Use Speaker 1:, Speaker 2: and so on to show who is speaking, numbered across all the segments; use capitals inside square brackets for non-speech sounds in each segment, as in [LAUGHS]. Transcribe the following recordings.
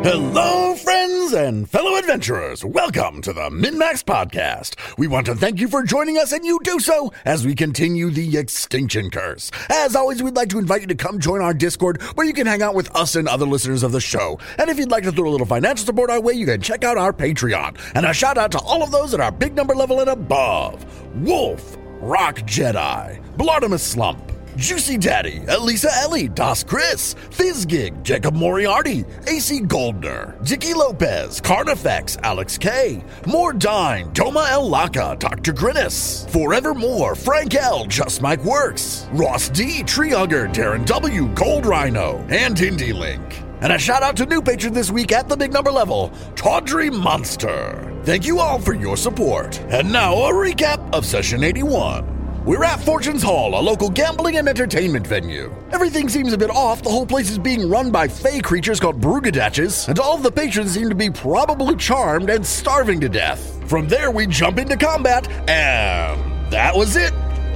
Speaker 1: Hello, friends and fellow adventurers. Welcome to the MinMax Podcast. We want to thank you for joining us, and you do so as we continue the Extinction Curse. As always, we'd like to invite you to come join our Discord where you can hang out with us and other listeners of the show. And if you'd like to throw a little financial support our way, you can check out our Patreon. And a shout out to all of those at our big number level and above Wolf, Rock Jedi, Blartimus Slump. Juicy Daddy, Elisa Ellie, Das Chris, Fizzgig, Jacob Moriarty, AC Goldner, Dicky Lopez, Cardifex, Alex K, Mordine, Toma El Laka, Dr. Grinnis, Forevermore, Frank L, Just Mike Works, Ross D, Treehugger, Darren W, Gold Rhino, and Indie Link. And a shout out to new patron this week at the big number level, Tawdry Monster. Thank you all for your support. And now a recap of session 81. We're at Fortune's Hall, a local gambling and entertainment venue. Everything seems a bit off. The whole place is being run by fey creatures called Brugadaches, and all of the patrons seem to be probably charmed and starving to death. From there, we jump into combat, and that was it.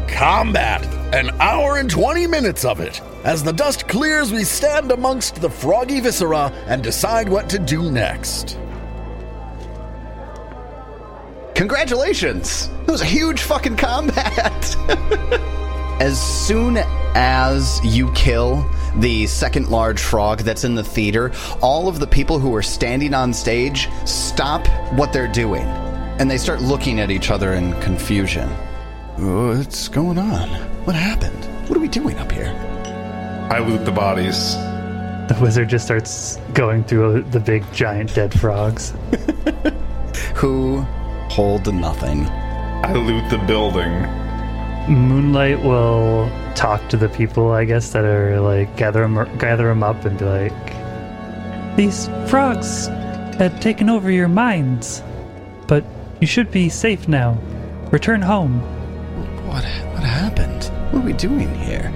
Speaker 1: Combat! An hour and 20 minutes of it. As the dust clears, we stand amongst the froggy viscera and decide what to do next.
Speaker 2: Congratulations! That was a huge fucking combat! [LAUGHS] as soon as you kill the second large frog that's in the theater, all of the people who are standing on stage stop what they're doing and they start looking at each other in confusion. What's going on? What happened? What are we doing up here?
Speaker 3: I loot the bodies.
Speaker 4: The wizard just starts going through the big giant dead frogs.
Speaker 2: Who hold nothing?
Speaker 3: I loot the building.
Speaker 4: Moonlight will talk to the people, I guess, that are like gather them, gather them up and be like, "These frogs had taken over your minds, but you should be safe now. Return home."
Speaker 2: What, what happened? What are we doing here?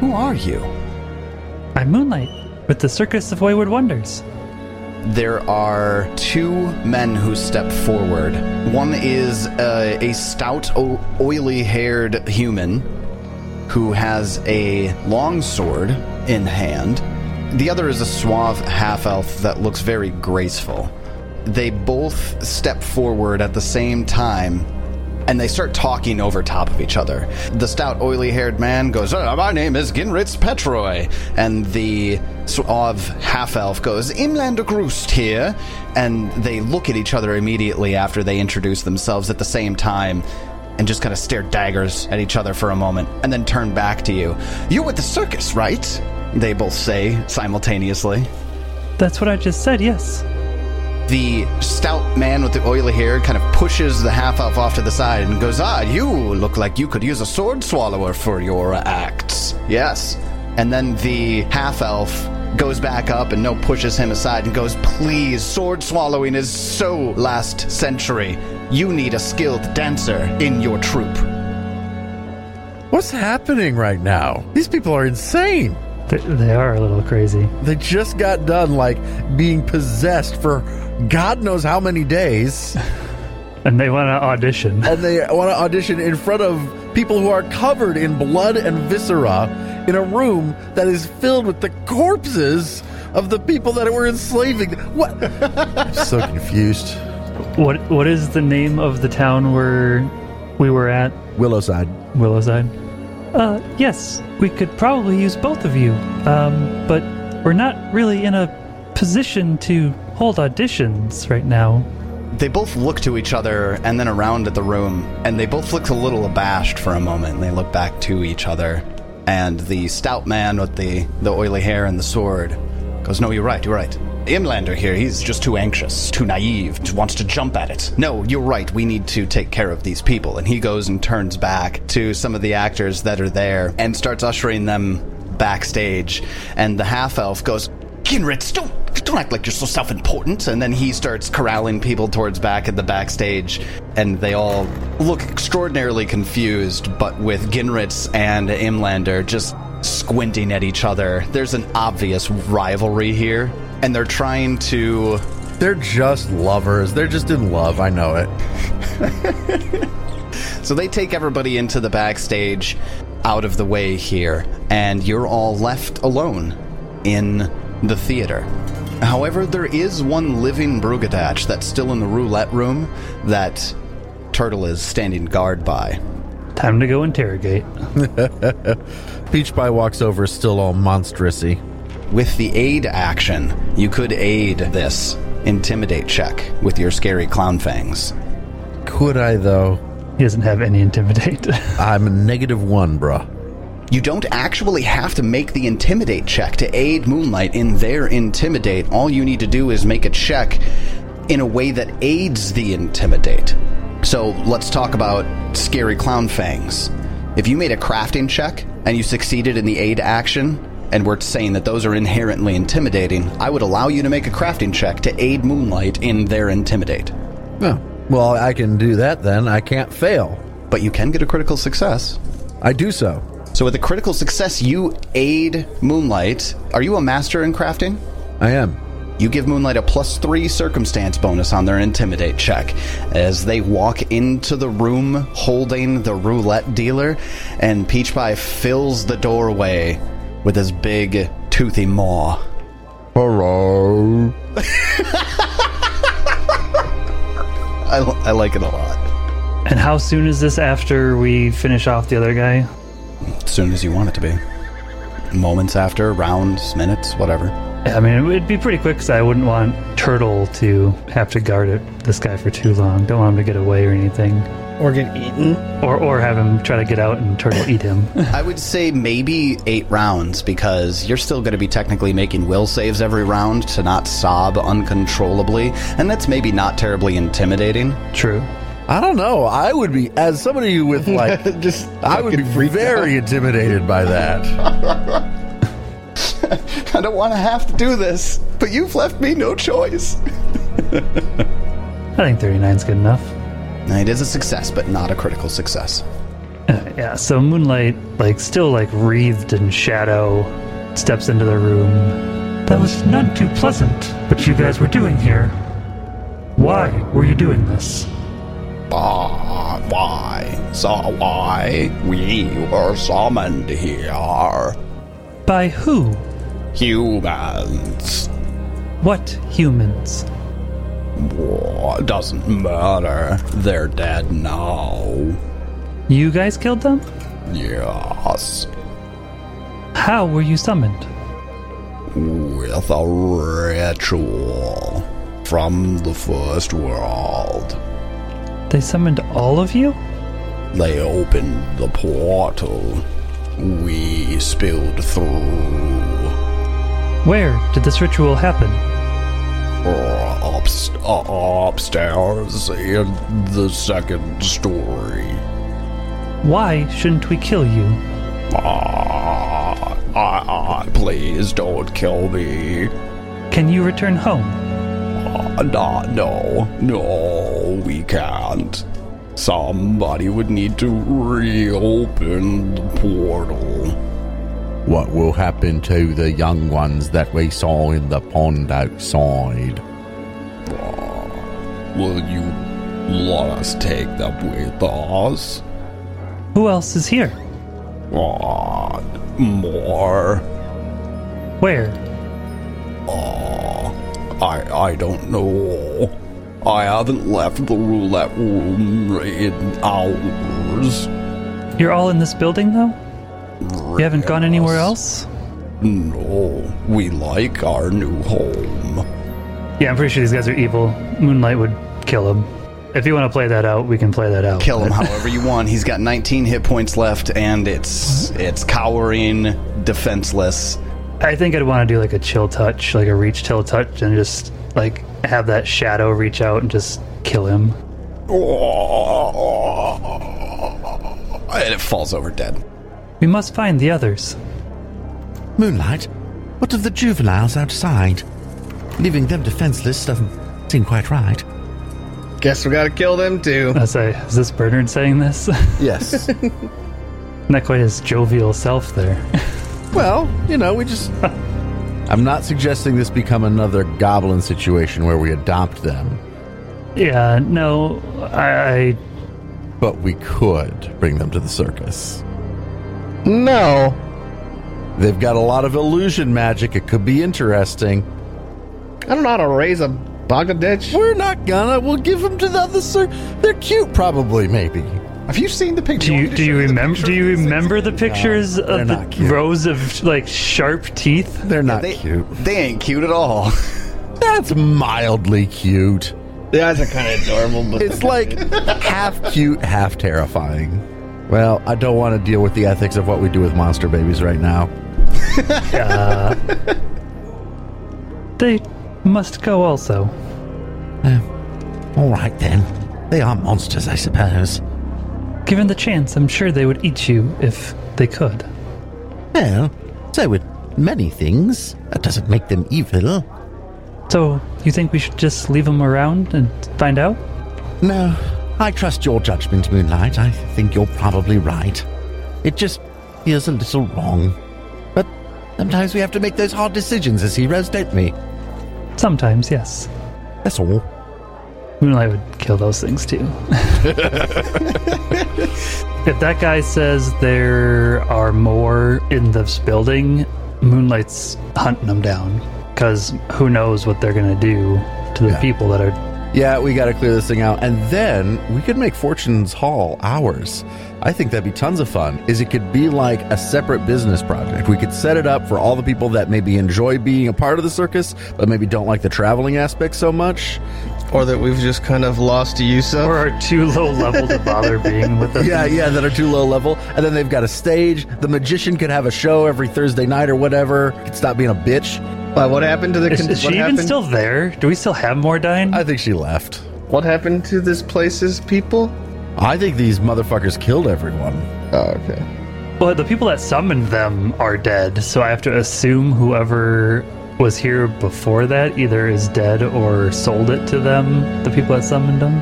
Speaker 2: Who are you?
Speaker 4: I'm Moonlight with the Circus of Wayward Wonders.
Speaker 2: There are two men who step forward. One is uh, a stout, o- oily haired human who has a long sword in hand. The other is a suave half elf that looks very graceful. They both step forward at the same time and they start talking over top of each other. The stout, oily haired man goes, "Uh, My name is Ginritz Petroy. And the suave half elf goes, Imlander Groost here. And they look at each other immediately after they introduce themselves at the same time and just kind of stare daggers at each other for a moment and then turn back to you. You with the circus, right? They both say simultaneously.
Speaker 4: That's what I just said. Yes.
Speaker 2: The stout man with the oily hair kind of pushes the half elf off to the side and goes, Ah, you look like you could use a sword swallower for your acts. Yes. And then the half elf goes back up and no pushes him aside and goes, Please, sword swallowing is so last century. You need a skilled dancer in your troupe.
Speaker 1: What's happening right now? These people are insane.
Speaker 4: They, they are a little crazy.
Speaker 1: They just got done, like, being possessed for God knows how many days.
Speaker 4: And they want to audition.
Speaker 1: and they want to audition in front of people who are covered in blood and viscera in a room that is filled with the corpses of the people that were enslaving. them. What? I'm so confused.
Speaker 4: What What is the name of the town where we were at
Speaker 1: Willowside.
Speaker 4: Willowside. Uh, yes, we could probably use both of you, um, but we're not really in a position to hold auditions right now.
Speaker 2: They both look to each other and then around at the room, and they both look a little abashed for a moment, and they look back to each other. And the stout man with the, the oily hair and the sword goes, No, you're right, you're right. Imlander here, he's just too anxious, too naive, t- wants to jump at it. No, you're right, we need to take care of these people. And he goes and turns back to some of the actors that are there and starts ushering them backstage. And the half elf goes, Ginritz, don't don't act like you're so self-important. And then he starts corralling people towards back at the backstage, and they all look extraordinarily confused, but with Ginritz and Imlander just squinting at each other. There's an obvious rivalry here, and they're trying to
Speaker 1: They're just lovers. They're just in love. I know it.
Speaker 2: So they take everybody into the backstage, out of the way here, and you're all left alone in the theater. However, there is one living Brugadach that's still in the roulette room that Turtle is standing guard by.
Speaker 4: Time to go interrogate.
Speaker 5: Peach Pie walks over, still all monstrousy.
Speaker 2: With the aid action, you could aid this intimidate check with your scary clown fangs.
Speaker 5: Could I though?
Speaker 4: He doesn't have any intimidate. [LAUGHS]
Speaker 5: I'm a negative one, bruh.
Speaker 2: You don't actually have to make the intimidate check to aid Moonlight in their intimidate. All you need to do is make a check in a way that aids the intimidate. So let's talk about scary clown fangs. If you made a crafting check and you succeeded in the aid action, and we're saying that those are inherently intimidating, I would allow you to make a crafting check to aid Moonlight in their intimidate.
Speaker 5: Oh, well, I can do that then. I can't fail.
Speaker 2: But you can get a critical success.
Speaker 5: I do so.
Speaker 2: So with a critical success, you aid Moonlight. Are you a master in crafting?
Speaker 5: I am.
Speaker 2: You give Moonlight a plus three circumstance bonus on their intimidate check as they walk into the room holding the roulette dealer, and Peach Pie fills the doorway with his big toothy maw.
Speaker 5: Hello.
Speaker 2: [LAUGHS] I, l- I like it a lot.
Speaker 4: and how soon is this after we finish off the other guy?
Speaker 2: As soon as you want it to be. Moments after, rounds, minutes, whatever.
Speaker 4: I mean, it would be pretty quick because I wouldn't want Turtle to have to guard it, this guy for too long. Don't want him to get away or anything.
Speaker 6: Or get eaten.
Speaker 4: Or, or have him try to get out and Turtle eat [LAUGHS] him.
Speaker 2: I would say maybe eight rounds because you're still going to be technically making will saves every round to not sob uncontrollably, and that's maybe not terribly intimidating. [LAUGHS]
Speaker 4: True.
Speaker 5: I don't know. I would be as somebody
Speaker 6: [LAUGHS]
Speaker 5: with like
Speaker 6: Just
Speaker 5: I would be
Speaker 6: fucking freaked
Speaker 5: very intimidated
Speaker 6: [LAUGHS]
Speaker 5: by that.
Speaker 2: I don't want to have to do this, but you've left me no choice.
Speaker 4: I think 39's good enough.
Speaker 2: It is a success, but not a critical success.
Speaker 4: Uh, yeah, so Moonlight, like, still, like, wreathed in shadow, steps into the room. That was none too pleasant, what you guys were doing here. Why were you doing this?
Speaker 2: Bah, why? So why? We were summoned here.
Speaker 4: By who?
Speaker 2: Humans.
Speaker 4: What humans?
Speaker 2: War doesn't matter. They're dead now.
Speaker 4: You guys killed them?
Speaker 2: Yes.
Speaker 4: How were you summoned?
Speaker 2: With a ritual from the first world.
Speaker 4: They summoned all of you?
Speaker 2: They opened the portal. We spilled through.
Speaker 4: Where did this ritual happen?
Speaker 2: Uh, ups- uh, upstairs in the second story.
Speaker 4: Why shouldn't we kill you?
Speaker 2: Ah, ah, ah, please don't kill me.
Speaker 4: Can you return home?
Speaker 2: Uh, nah, no, no, we can't. Somebody would need to reopen the portal.
Speaker 5: What will happen to the young ones that we saw in the pond outside?
Speaker 2: Will you let us take them with us?
Speaker 4: Who else is here?
Speaker 2: Ah, more.
Speaker 4: Where?
Speaker 2: I I don't know. I haven't left the roulette room in hours.
Speaker 4: You're all in this building, though? You haven't gone anywhere else?
Speaker 2: No, we like our new home.
Speaker 4: Yeah, I'm pretty sure these guys are evil. Moonlight would kill them. If you want to play that out, we can play that out.
Speaker 2: Kill him however you want. He's got 19 hit points left, and it's it's cowering, defenseless.
Speaker 4: I think I'd want to do like a chill touch, like a reach till touch, and just like have that shadow reach out and just kill him.
Speaker 2: And it falls over dead.
Speaker 4: We must find the others.
Speaker 5: Moonlight, what of the juveniles outside? Leaving them defenseless doesn't seem quite right.
Speaker 6: Guess we gotta kill them too. [LAUGHS]
Speaker 4: I say, is this Bernard saying this? [LAUGHS]
Speaker 5: Yes.
Speaker 4: Not quite his jovial self there. [LAUGHS]
Speaker 5: well, you know, we just. [LAUGHS] I'm not suggesting this become another goblin situation where we adopt them,
Speaker 4: Yeah, no, I, I
Speaker 5: but we could bring them to the circus.
Speaker 6: No.
Speaker 5: They've got a lot of illusion magic. It could be interesting.
Speaker 6: I don't know how to raise a boggaditch.
Speaker 1: We're not gonna. We'll give them to the other sir. They're cute, probably, maybe.
Speaker 7: Have you seen the picture?
Speaker 4: Do you
Speaker 7: want me to
Speaker 4: do you
Speaker 7: show the
Speaker 4: remember
Speaker 7: picture
Speaker 4: do you
Speaker 7: of these
Speaker 4: remember the pictures
Speaker 1: they're
Speaker 4: of
Speaker 1: not
Speaker 4: the
Speaker 1: cute.
Speaker 4: rows of like sharp teeth?
Speaker 1: They're not
Speaker 2: They,
Speaker 1: cute.
Speaker 2: they ain't cute at all.
Speaker 1: That's mildly cute.
Speaker 6: The eyes are kind of adorable, but
Speaker 1: It's like half cute, half terrifying. Well, I don't want to deal with the ethics of what we do with monster babies right now.
Speaker 4: They must go also.
Speaker 1: All right then. They are monsters, I suppose.
Speaker 4: Given the chance, I'm sure they would eat you if they could.
Speaker 1: Well, so with many things, that doesn't make them evil.
Speaker 4: So, you think we should just leave them around and find out?
Speaker 1: No, I trust your judgment, Moonlight. I think you're probably right. It just feels a little wrong. But sometimes we have to make those hard decisions as heroes, don't we?
Speaker 4: Sometimes, yes.
Speaker 1: That's all.
Speaker 4: Moonlight would kill those things too. [LAUGHS] if that guy says there are more in this building, Moonlight's hunting them down. Because who knows what they're going to do to the people that are.
Speaker 1: Yeah, we got to clear this thing out. And then we could make Fortune's Hall ours. I think that'd be tons of fun. Is it could be like a separate business project. We could set it up for all the people that maybe enjoy being a part of the circus, but maybe don't like the traveling aspect so much.
Speaker 6: or that we've just kind of lost use of.
Speaker 4: Or are too low level to bother being with us.
Speaker 1: Yeah, yeah, that are too low level. And then they've got a stage. The magician could have a show every Thursday night or whatever. Could stop being a bitch.
Speaker 6: Why, what happened to the?
Speaker 4: Is,
Speaker 6: Con-
Speaker 4: is
Speaker 6: what
Speaker 4: she even
Speaker 6: happened?
Speaker 4: still there? Do we still have Mordine?
Speaker 1: I think she left.
Speaker 6: what happened to this place's people?
Speaker 1: I think these motherfuckers killed everyone.
Speaker 6: Oh, okay.
Speaker 4: Well, the people that summoned them are dead, so I have to assume whoever was here before that either is dead or sold it to them, the people that summoned them.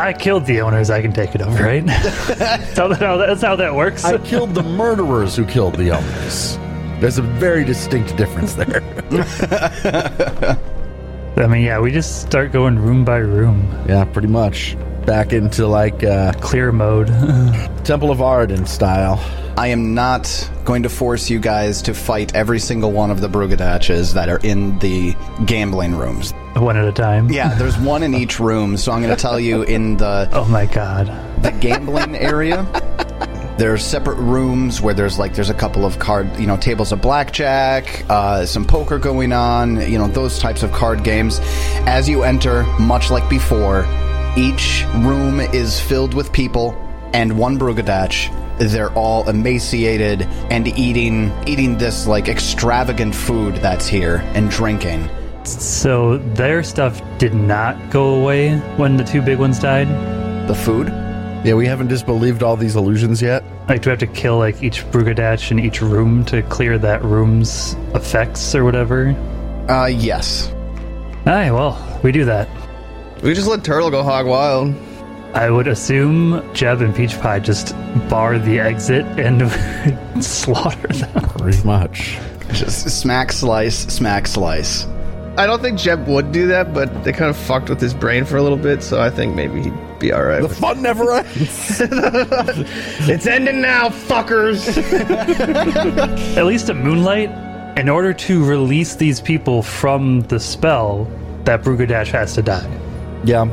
Speaker 4: I killed the owners, I can take it over, right? [LAUGHS] that's, how that, that's how that works.
Speaker 1: I killed the murderers who killed the owners. There's a very distinct difference there.
Speaker 4: I mean, yeah, we just start going room by room,
Speaker 1: [LAUGHS] yeah, pretty much. Back into like uh,
Speaker 4: clear mode. [LAUGHS]
Speaker 1: Temple of Arden style.
Speaker 2: I am not going to force you guys to fight every single one of the Brugadaches that are in the gambling rooms.
Speaker 4: One at a time.
Speaker 2: Yeah, there's one in each room, so I'm going to tell you in the,
Speaker 4: Oh my god.
Speaker 2: the gambling area. There's separate rooms where there's like there's a couple of card, you know, tables of blackjack, uh, some poker going on, you know, those types of card games. As you enter, much like before, each room is filled with people and one Brugadach. They're all emaciated and eating eating this like extravagant food that's here and drinking.
Speaker 4: So their stuff did not go away when the two big ones died?
Speaker 2: The food?
Speaker 1: Yeah, we haven't disbelieved all these illusions yet.
Speaker 4: Like, do we have to kill like each Brugadach in each room to clear that room's effects or whatever?
Speaker 2: Uh yes. [LAUGHS]
Speaker 4: Aye, well, we do that.
Speaker 6: We just let Turtle go hog wild.
Speaker 4: I would assume Jeb and Peach Pie just bar the exit and [LAUGHS] slaughter them.
Speaker 1: Pretty much.
Speaker 2: Just smack slice, smack slice.
Speaker 6: I don't think Jeb would do that, but they kind of fucked with his brain for a little bit, so I think maybe he'd be all right.
Speaker 1: The
Speaker 6: with-
Speaker 1: fun never ends.
Speaker 6: it's ending now, fuckers.
Speaker 4: At least at Moonlight, in order to release these people from the spell, that Brugadach has to die.
Speaker 1: [LAUGHS] yeah,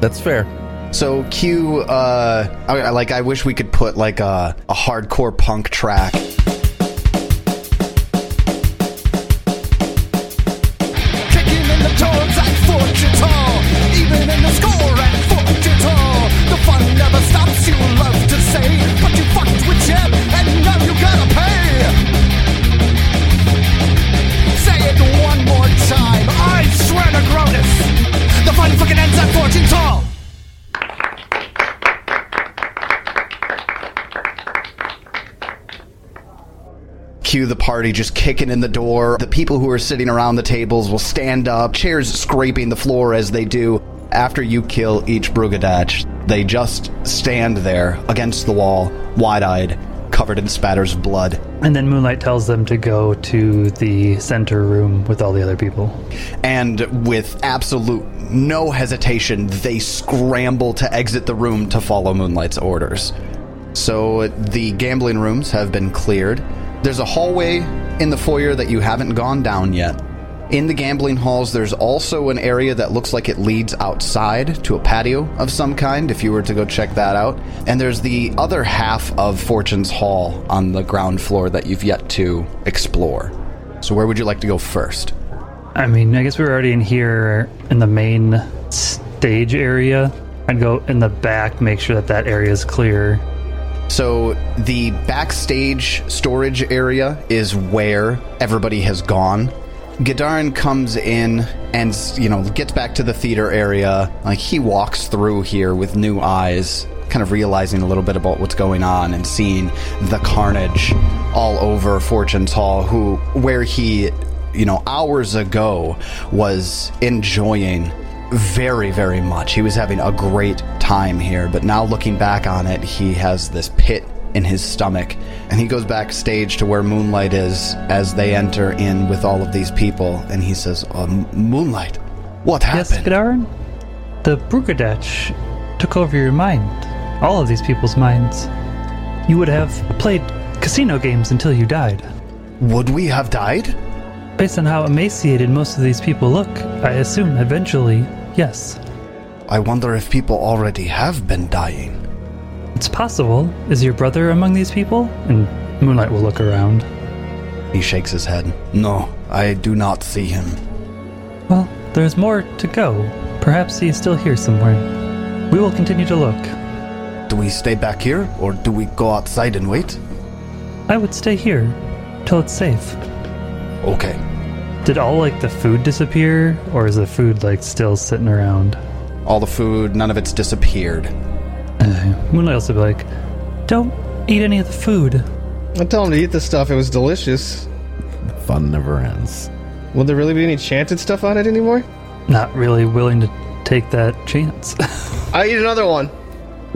Speaker 1: that's fair.
Speaker 2: So Q, uh, I, I- like I wish we could put like a, a hardcore punk track.
Speaker 8: Kicking in the doors at Fortune Hall, even in the score at Fortune Hall. The fun never stops, you love to say, but you fucked with Jeb and now you gotta pay. Say it one more time, I swear to Grotus, the fun fucking ends at Fortune Hall.
Speaker 2: Cue the party just kicking in the door. The people who are sitting around the tables will stand up, chairs scraping the floor as they do. After you kill each Brugadach, they just stand there against the wall, wide eyed, covered in spatters of blood.
Speaker 4: And then Moonlight tells them to go to the center room with all the other people.
Speaker 2: And with absolute no hesitation, they scramble to exit the room to follow Moonlight's orders. So the gambling rooms have been cleared. There's a hallway in the foyer that you haven't gone down yet. In the gambling halls, there's also an area that looks like it leads outside to a patio of some kind, if you were to go check that out. And there's the other half of Fortune's Hall on the ground floor that you've yet to explore. So, where would you like to go first?
Speaker 4: I mean, I guess we were already in here in the main stage area. I'd go in the back, make sure that that area is clear.
Speaker 2: So the backstage storage area is where everybody has gone. Gadarin comes in and you know gets back to the theater area. Like he walks through here with new eyes, kind of realizing a little bit about what's going on and seeing the carnage all over Fortune's Hall, who where he you know hours ago was enjoying very, very much. He was having a great time here, but now looking back on it, he has this pit in his stomach. And he goes backstage to where Moonlight is as they enter in with all of these people, and he says, oh, M- Moonlight, what
Speaker 4: Yes,
Speaker 2: happened?
Speaker 4: Gadarin? The Brugadach took over your mind. All of these people's minds. You would have played casino games until you died.
Speaker 2: Would we have died?
Speaker 4: Based on how emaciated most of these people look, I assume eventually, yes.
Speaker 2: I wonder if people already have been dying.
Speaker 4: It's possible. Is your brother among these people? And Moonlight will look around.
Speaker 2: He shakes his head. No, I do not see him.
Speaker 4: Well, there's more to go. Perhaps he is still here somewhere. We will continue to look.
Speaker 2: Do we stay back here, or do we go outside and wait?
Speaker 4: I would stay here till it's safe.
Speaker 2: Okay.
Speaker 4: Did all like the food disappear, or is the food like still sitting around?
Speaker 2: All the food, none of it's disappeared.
Speaker 4: Moonlight also be like, "Don't eat any of the food."
Speaker 6: I tell him to eat this stuff. It was delicious.
Speaker 5: Fun never ends.
Speaker 6: Will there really be any chanted stuff on it anymore?
Speaker 4: Not really willing to take that chance. [LAUGHS]
Speaker 6: I eat another one.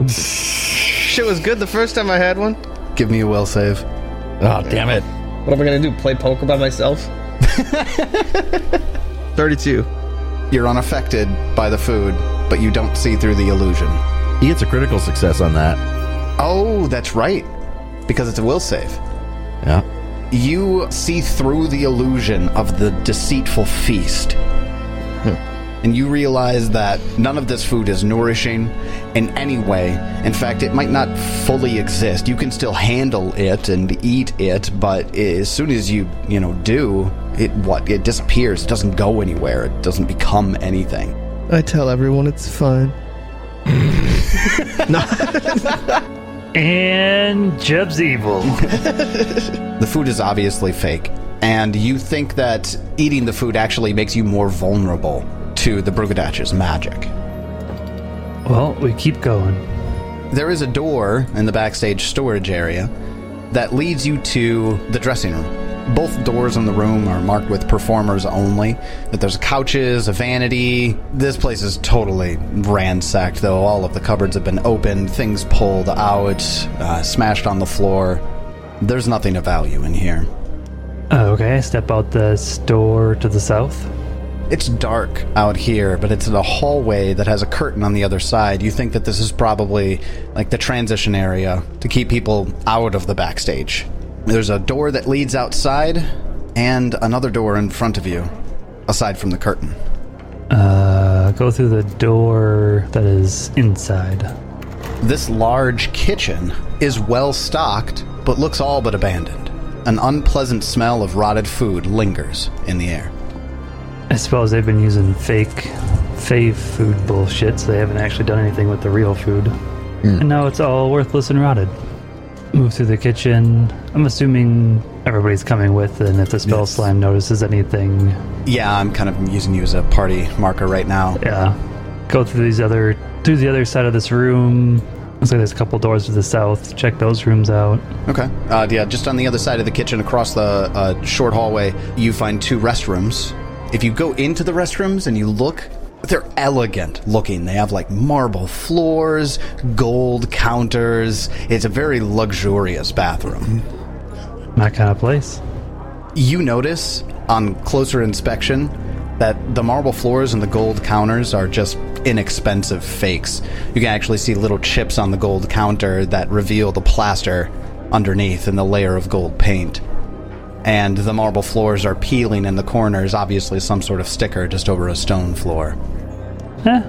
Speaker 6: Shit was good the first time I had one.
Speaker 2: Give me a will save.
Speaker 5: Oh, damn it.
Speaker 6: What am I gonna do? Play poker by [LAUGHS] myself? Thirty-two.
Speaker 2: You're unaffected by the food, but you don't see through the illusion.
Speaker 5: He gets a critical success on that.
Speaker 2: Oh, that's right. Because it's a will save.
Speaker 5: Yeah.
Speaker 2: You see through the illusion of the deceitful feast. And you realize that none of this food is nourishing in any way. In fact, it might not fully exist. You can still handle it and eat it, but i- as soon as you, you know, do, it what it disappears. It doesn't go anywhere. It doesn't become anything.
Speaker 6: I tell everyone it's fine.
Speaker 4: and Jeb's evil.
Speaker 2: The food is obviously fake, and you think that eating the food actually makes you more vulnerable to the Brugadach's magic.
Speaker 4: well, we keep going.
Speaker 2: There is a door in the backstage storage area that leads you to the dressing room. Both doors in the room are marked with performers only. That there's couches, a vanity. This place is totally ransacked, though. All of the cupboards have been opened, things pulled out, uh, smashed on the floor. There's nothing of value in here.
Speaker 4: Uh, okay, I step out the store to the south.
Speaker 2: It's dark out here, but it's in a hallway that has a curtain on the other side. You think that this is probably like the transition area to keep people out of the backstage. There's a door that leads outside and another door in front of you, aside from the curtain.
Speaker 4: Uh, go through the door that is inside.
Speaker 2: This large kitchen is well stocked, but looks all but abandoned. An unpleasant smell of rotted food lingers in the air.
Speaker 4: I suppose they've been using fake, fave food bullshit, so they haven't actually done anything with the real food. And now it's all worthless and rotted. Move through the kitchen. I'm assuming everybody's coming with, and if the spell slime notices anything,
Speaker 2: Yeah, I'm kind of using you as a party marker right now.
Speaker 4: yeah. Go through these other, through the other side of this room. Looks like there's a couple doors to the south. Check those rooms out.
Speaker 2: Okay. Uh, yeah, just on the other side of the kitchen, across the uh, short hallway, you find two restrooms. If you go into the restrooms and you look, they're elegant looking. They have like marble floors, gold counters. It's a very luxurious bathroom.
Speaker 4: My kind of place.
Speaker 2: You notice on closer inspection that the marble floors and the gold counters are just inexpensive fakes. You can actually see little chips on the gold counter that reveal the plaster underneath and the layer of gold paint. and the marble floors are peeling in the corners, obviously, some sort of sticker just over a stone floor.
Speaker 4: Eh,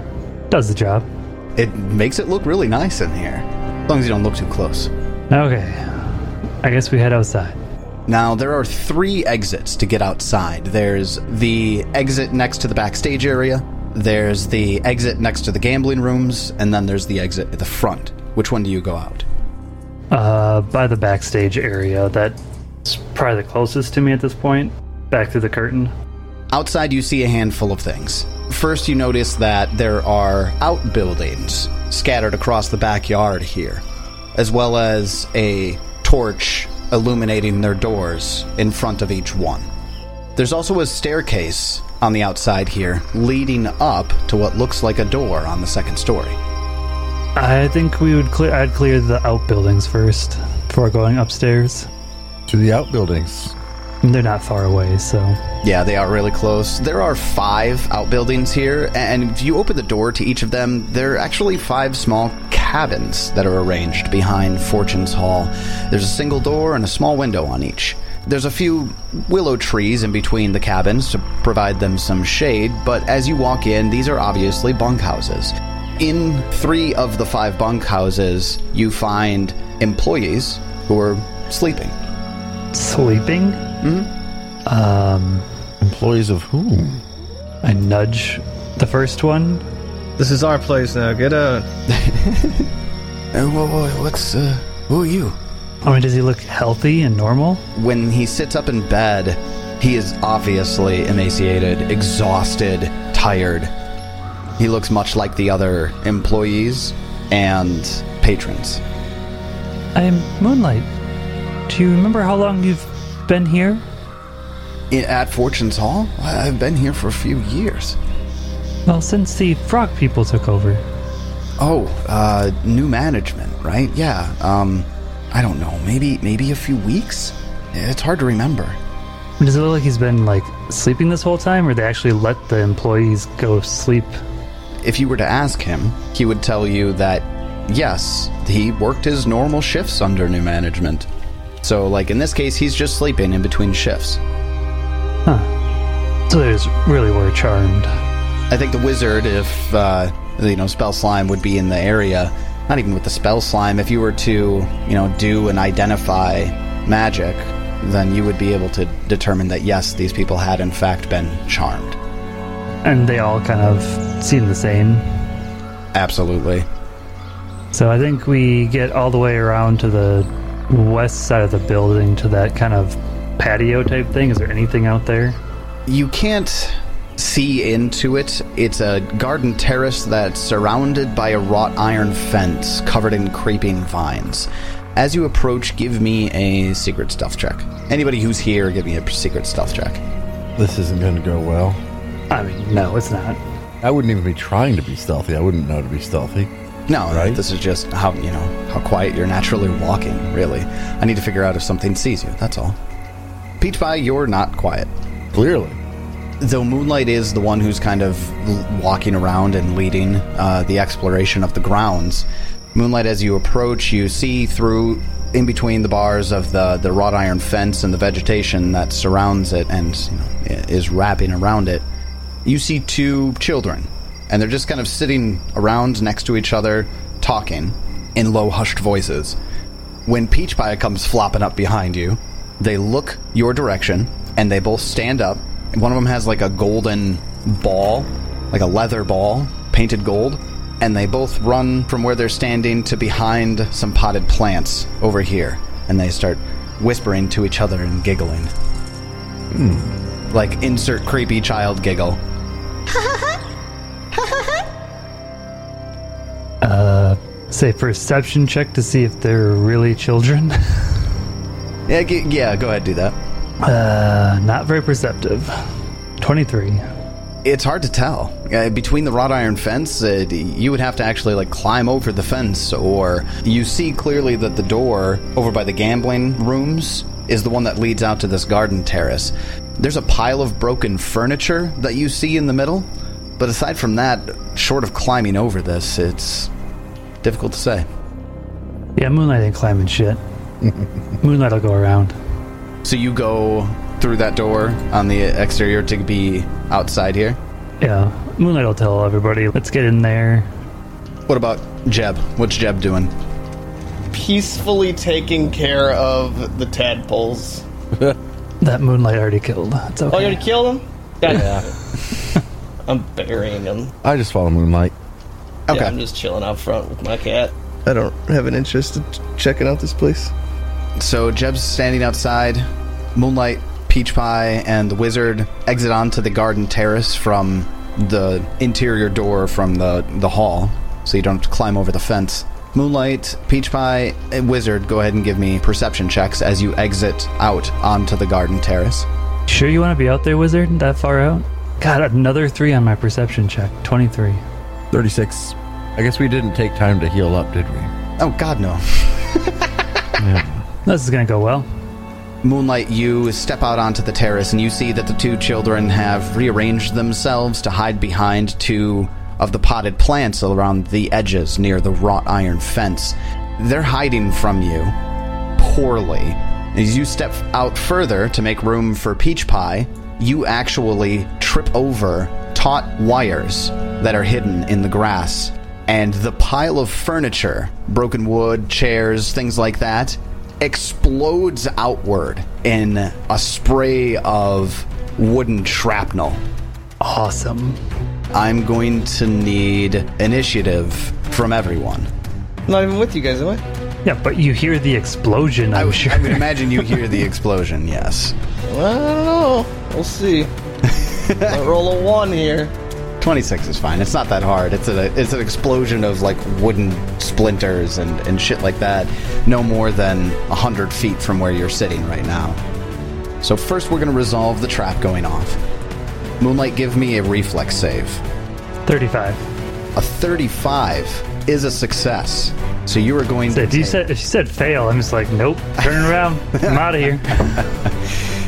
Speaker 4: does the job.
Speaker 2: It makes it look really nice in here, as long as you don't look too close.
Speaker 4: Okay. I guess we head outside.
Speaker 2: Now, there are three exits to get outside. There's the exit next to the backstage area, there's the exit next to the gambling rooms, and then there's the exit at the front. Which one do you go out?
Speaker 4: Uh, by the backstage area. That's probably the closest to me at this point. Back through the curtain.
Speaker 2: Outside, you see a handful of things. First, you notice that there are outbuildings scattered across the backyard here, as well as a torch illuminating their doors in front of each one. There's also a staircase on the outside here, leading up to what looks like a door on the second story.
Speaker 4: I think we would clear. I'd clear the outbuildings first before going upstairs.
Speaker 5: To the outbuildings.
Speaker 4: They're not far away, so
Speaker 2: Yeah, they are really close. There are five outbuildings here, and if you open the door to each of them, there are actually five small cabins that are arranged behind Fortune's Hall. There's a single door and a small window on each. There's a few willow trees in between the cabins to provide them some shade, but as you walk in, these are obviously bunkhouses. In three of the five bunkhouses, you find employees who are sleeping.
Speaker 4: sleeping. Um,
Speaker 5: Employees of whom?
Speaker 4: I nudge the first one.
Speaker 6: This is our place now. Get out.
Speaker 2: Uh, whoa, whoa, what's, uh, who are you?
Speaker 4: I mean, does he look healthy and normal?
Speaker 2: when he sits up in bed, he is obviously emaciated, exhausted, tired. He looks much like the other employees and patrons.
Speaker 4: I'm Moonlight. Do you remember how long you've been here?
Speaker 2: I- At Fortune's Hall, I- I've been here for a few years.
Speaker 4: Well, since the frog people took over.
Speaker 2: Oh, uh, new management, right? Yeah. Um, I don't know. Maybe, maybe a few weeks. It's hard to remember.
Speaker 4: Does it look like he's been like sleeping this whole time, or they actually let the employees go sleep?
Speaker 2: If you were to ask him, he would tell you that yes, he worked his normal shifts under new management. So, like in this case, he's just sleeping in between shifts.
Speaker 4: So there's really were charmed.
Speaker 2: I think the wizard, if uh, you know, spell slime would be in the area. Not even with the spell slime. If you were to, you know, do and identify magic, then you would be able to determine that yes, these people had in fact been charmed.
Speaker 4: And they all kind of seem the same.
Speaker 2: Absolutely.
Speaker 4: So I think we get all the way around to the west side of the building to that kind of patio type thing. Is there anything out there?
Speaker 2: you can't see into it. It's a garden terrace that's surrounded by a wrought iron fence covered in creeping vines. As you approach, give me a secret stealth check. Anybody who's here, give me a secret stealth check.
Speaker 5: This isn't going to go well.
Speaker 4: I mean, no, it's not.
Speaker 5: I wouldn't even be trying to be stealthy. I wouldn't know to be stealthy.
Speaker 2: No,
Speaker 5: Right.
Speaker 2: this is just how you know how quiet you're naturally walking. Really, I need to figure out if something sees you. That's all. Peach Pie, you're not quiet.
Speaker 5: Clearly.
Speaker 2: Though Moonlight is the one who's kind of l- walking around and leading uh, the exploration of the grounds, Moonlight, as you approach, you see through in between the bars of the, the wrought iron fence and the vegetation that surrounds it and you know, i- is wrapping around it, you see two children. And they're just kind of sitting around next to each other, talking in low, hushed voices. When Peach Pie comes flopping up behind you, they look your direction and they both stand up. And One of them has like a golden ball, like a leather ball, painted gold, and they both run from where they're standing to behind some potted plants over here. And they start whispering to each other and giggling. Like insert creepy child giggle.
Speaker 4: Say perception check to see if they're really children. [LAUGHS]
Speaker 2: Yeah, g- yeah, go ahead, do that.
Speaker 4: Uh, not very perceptive. 23.
Speaker 2: It's hard to tell. Uh, between the wrought iron fence, uh, d- you would have to actually like climb over the fence, or you see clearly that the door over by the gambling rooms is the one that leads out to this garden terrace. There's a pile of broken furniture that you see in the middle, but aside from that, short of climbing over this, it's difficult to say.
Speaker 4: Yeah, Moonlight ain't climbing shit. Moonlight'll go around.
Speaker 2: So you go through that door on the exterior to be outside here.
Speaker 4: Yeah. Moonlight will tell everybody, let's get in there.
Speaker 2: What about Jeb? What's Jeb doing?
Speaker 6: Peacefully taking care of the tadpoles.
Speaker 4: That Moonlight already killed. It's okay.
Speaker 6: Oh, you already killed them? yeah.
Speaker 9: [LAUGHS]
Speaker 6: I'm burying them.
Speaker 5: I just follow Moonlight.
Speaker 2: Okay.
Speaker 9: Yeah, I'm just chilling out front with my cat.
Speaker 6: I don't have an interest in t- checking out this place.
Speaker 2: So Jeb's standing outside. Moonlight, Peach Pie, and the Wizard exit onto the garden terrace from the interior door from the, the hall, so you don't have to climb over the fence. Moonlight, Peach Pie, and Wizard, go ahead and give me perception checks as you exit out onto the garden terrace.
Speaker 4: Sure you want to be out there, wizard? That far out? God, another three on my perception check. 23.
Speaker 5: 36. I guess we didn't take time to heal up, did we?
Speaker 2: Oh, God, no.
Speaker 4: This is going to go well.
Speaker 2: Moonlight, you step out onto the terrace and you see that the two children have rearranged themselves to hide behind two of the potted plants around the edges near the wrought iron fence. They're hiding from you poorly. As you step out further to make room for Peach Pie, you actually trip over taut wires that are hidden in the grass. And the pile of furniture, broken wood, chairs, things like that, explodes outward in a spray of wooden shrapnel.
Speaker 4: Awesome.
Speaker 2: I'm going to need initiative from everyone.
Speaker 9: I'm not even with you guys, am I?
Speaker 4: Yeah, but you hear the explosion,
Speaker 2: I
Speaker 4: I'm
Speaker 2: would-
Speaker 4: sure.
Speaker 2: I would imagine you hear the explosion, yes.
Speaker 9: Well, I don't know. We'll see. I roll a one here.
Speaker 2: 26 is fine. It's not that hard. It's a it's an explosion of like wooden splinters and, and shit like that. No more than 100 feet from where you're sitting right now. So first we're going to resolve the trap going off. Moonlight, give me a reflex save.
Speaker 4: 35.
Speaker 2: A 35 is a success. So you are going
Speaker 4: Said,
Speaker 2: to.
Speaker 4: you
Speaker 2: take-
Speaker 4: said, if you said fail, I'm just like, nope,
Speaker 2: [LAUGHS]
Speaker 4: turn around. I'm out of here.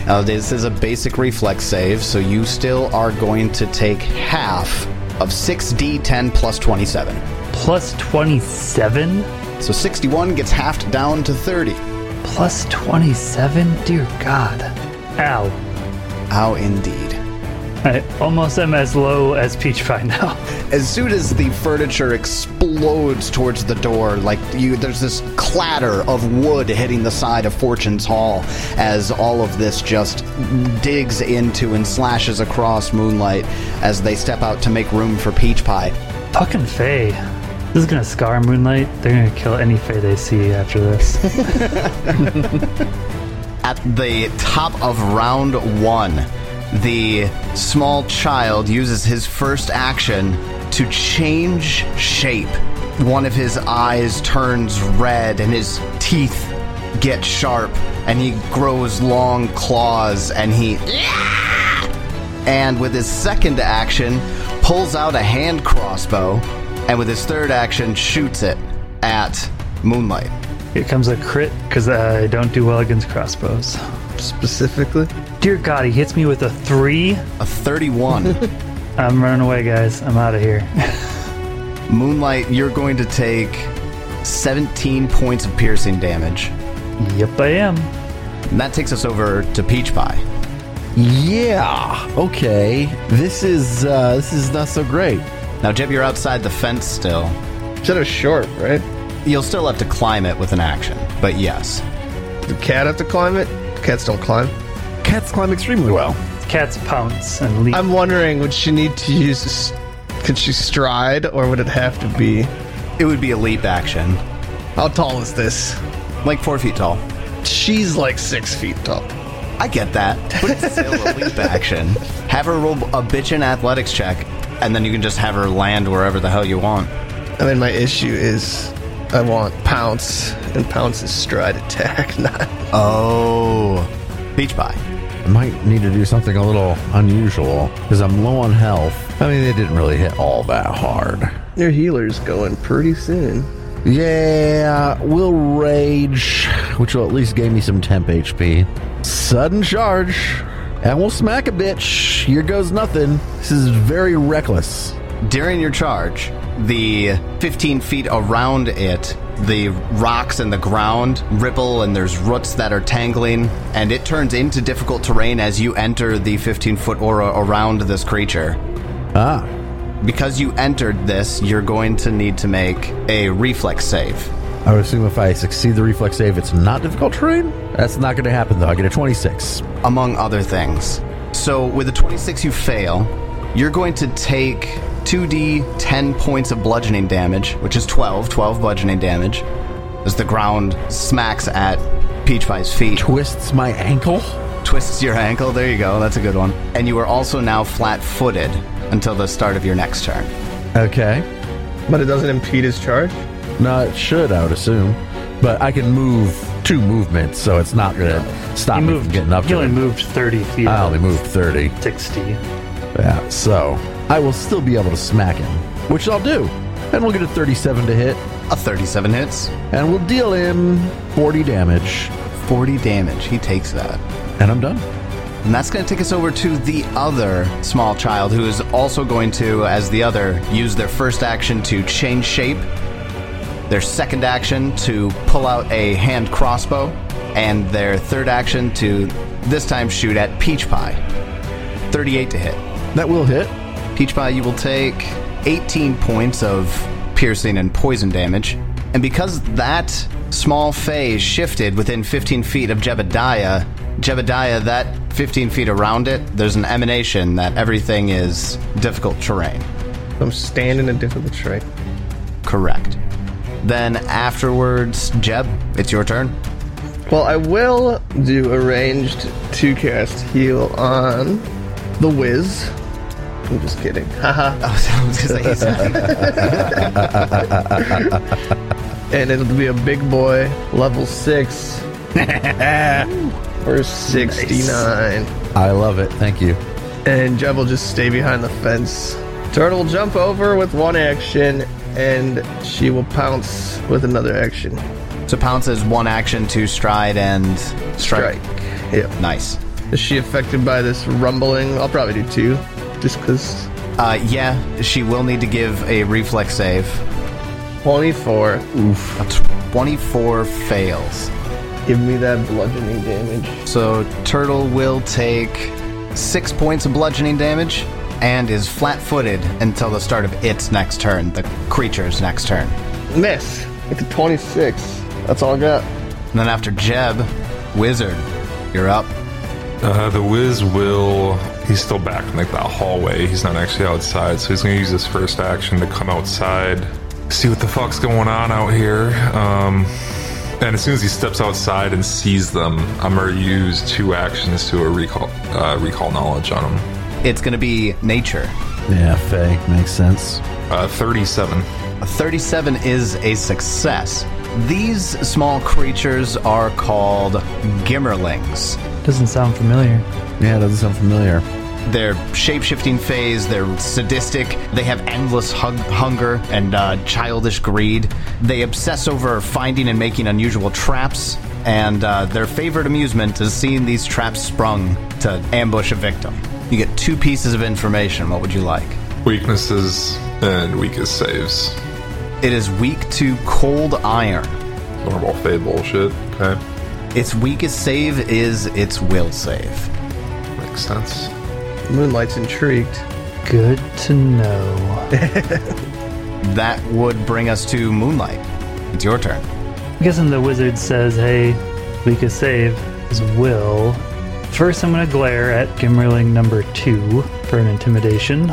Speaker 2: Uh, this is a basic reflex save, so you still are going to take half of 6d10 plus 27.
Speaker 4: Plus 27?
Speaker 2: So 61 gets halved down to 30.
Speaker 4: Plus 27? Dear God. Ow.
Speaker 2: How indeed.
Speaker 4: I almost am as low as Peach Pie now. [LAUGHS]
Speaker 2: As soon as the furniture explodes towards the door, like you, there's this clatter of wood hitting the side of Fortune's Hall as all of this just digs into and slashes across Moonlight as they step out to make room for Peach Pie.
Speaker 4: Fucking Faye. This is gonna scar Moonlight. They're gonna kill any Faye they see after this.
Speaker 2: At the top of round one, the small child uses his first action to change shape. One of his eyes turns red and his teeth get sharp and he grows long claws and he and with his second action pulls out a hand crossbow and with his third action shoots it at moonlight
Speaker 4: Here comes a crit, because I don't do well against crossbows.
Speaker 6: Specifically,
Speaker 4: Dear God, he hits me with a three.
Speaker 2: a 31
Speaker 4: I'm running away, guys. I'm out of here. [LAUGHS]
Speaker 2: Moonlight, you're going to take 17 points of piercing damage.
Speaker 4: yep, I am.
Speaker 2: And that takes us over to Peach Pie.
Speaker 5: Yeah. Oh, Okay. This is uh, this is not so great.
Speaker 2: Now, Jeb, you're outside the fence still.
Speaker 6: instead of short, right?
Speaker 2: You'll still have to climb it with an action, but yes.
Speaker 6: The cat have to climb it. Cats don't climb.
Speaker 5: Cats climb extremely well.
Speaker 4: Cats pounce and leap.
Speaker 6: I'm wondering, would she need to use? s- Could she stride, or would it have to be?
Speaker 2: It would be a leap action,
Speaker 6: How tall is this?
Speaker 2: like four feet tall.
Speaker 6: She's like six feet tall.
Speaker 2: I get that, but it's still
Speaker 5: [LAUGHS]
Speaker 2: a leap action. Have her roll a bitchin' athletics check, and then you can just have her land wherever the hell you want.
Speaker 6: I mean, my issue is I want pounce, and pounce is stride attack, [LAUGHS] not.
Speaker 2: Oh, Peach Pie.
Speaker 5: I might need to do something a little unusual because I'm low on health. I mean, they didn't really hit all that hard.
Speaker 6: Your healer's going pretty soon.
Speaker 5: Yeah, we'll rage, which will at least gain me some temp HP. Sudden charge, and we'll smack a bitch. Here goes nothing. This is very reckless.
Speaker 2: During your charge, the 15 feet around it, the rocks and the ground ripple, and there's roots that are tangling, and it turns into difficult terrain as you enter the 15 foot aura around this creature.
Speaker 5: Ah,
Speaker 2: Because you entered this, you're going to need to make a reflex save.
Speaker 5: I would assume if I succeed the reflex save, it's not difficult terrain. That's not going to happen though. I get a 26.
Speaker 2: among other things. So with a 26 you fail, you're going to take 2d 10 points of bludgeoning damage, which is 12, 12 bludgeoning damage, as the ground smacks at Peach Pie's feet,
Speaker 5: Twists my ankle.
Speaker 2: twists your ankle. There you go, that's a good one. And you are also now flat-footed until the start of your next turn.
Speaker 5: Okay.
Speaker 6: But it doesn't impede his charge?
Speaker 5: No, it should, I would assume. But I can move two movements, so it's not going to stop
Speaker 4: You
Speaker 5: me from
Speaker 4: moved.
Speaker 5: getting up Ah,
Speaker 4: you
Speaker 5: to
Speaker 4: only
Speaker 5: it.
Speaker 4: moved thirty feet.
Speaker 5: I only moved 30.
Speaker 4: sixty.
Speaker 5: Yeah, so I will still be able to smack him, which I'll do. And we'll get a 37 to hit,
Speaker 2: A 37 hits,
Speaker 5: and we'll deal him 40 damage,
Speaker 2: 40 damage. He takes that.
Speaker 5: and I'm done.
Speaker 2: And that's going to take us over to the other small child who is also going to, as the other, use their first action to change shape, their second action to pull out a hand crossbow, and their third action to this time shoot at Peach Pie. 38 to hit.
Speaker 5: That will hit.
Speaker 2: Peach Pie, you will take 18 points of piercing and poison damage. And because that small phase shifted within 15 feet of Jebediah, Jebediah, that 15 feet around it, there's an emanation that everything is difficult terrain.
Speaker 6: I'm standing in a difficult terrain.
Speaker 2: Correct. Then afterwards, Jeb, it's your turn. [LAUGHS]
Speaker 6: Well, I will do arranged to cast heal on the Wiz. I'm just kidding. [LAUGHS] Haha.
Speaker 2: I was gonna say he's-
Speaker 6: and it'll be a big boy, level six. [LAUGHS] Or 69.
Speaker 5: I love it. Thank you.
Speaker 6: And Jeb will just stay behind the fence. Turtle will jump over with one action, and she will pounce with another action.
Speaker 2: so pounce is one action to stride and strike.
Speaker 6: Strike. Yep.
Speaker 2: Nice.
Speaker 6: Is she affected by this rumbling? I'll probably do two, just because.
Speaker 2: Uh, yeah, she will need to give a reflex save.
Speaker 6: 24.
Speaker 2: A 24 fails.
Speaker 6: Give me that bludgeoning damage.
Speaker 2: So Turtle will take six points of bludgeoning damage and is flat footed until the start of its next turn, the creature's next turn.
Speaker 6: Miss. It's a 26. That's all I got.
Speaker 2: And then after Jeb, Wizard, you're up.
Speaker 3: Uh, the Wiz will. He's still back in like that hallway. He's not actually outside, so he's gonna use his first action to come outside, see what the fuck's going on out here. Um, and as soon as he steps outside and sees them, I'm gonna use two actions to a recall uh, recall knowledge on him.
Speaker 2: It's going to be Nature.
Speaker 5: Yeah, Faye. Makes sense.
Speaker 3: Uh, 37.
Speaker 2: A 37 is a success. These small creatures are called Gimmerlings.
Speaker 4: Doesn't sound familiar.
Speaker 5: Yeah, it doesn't sound familiar.
Speaker 2: Their shape-shifting phase, they're sadistic, they have endless hug- hunger and uh, childish greed. They obsess over finding and making unusual traps, and uh, their favorite amusement is seeing these traps sprung to ambush a victim. You get two pieces of information. What would you like?
Speaker 3: Weaknesses and weakest saves.
Speaker 2: It is weak to cold iron.
Speaker 3: Normal Fey bullshit. Okay.
Speaker 2: Its weakest save is its will save.
Speaker 3: Makes sense.
Speaker 6: Moonlight's intrigued.
Speaker 4: Good to know.
Speaker 2: That would bring us to Moonlight. It's your turn.
Speaker 4: I'm guessing the wizard says, hey, we could save his will. First, I'm going to glare at Gimmerling number two for an intimidation.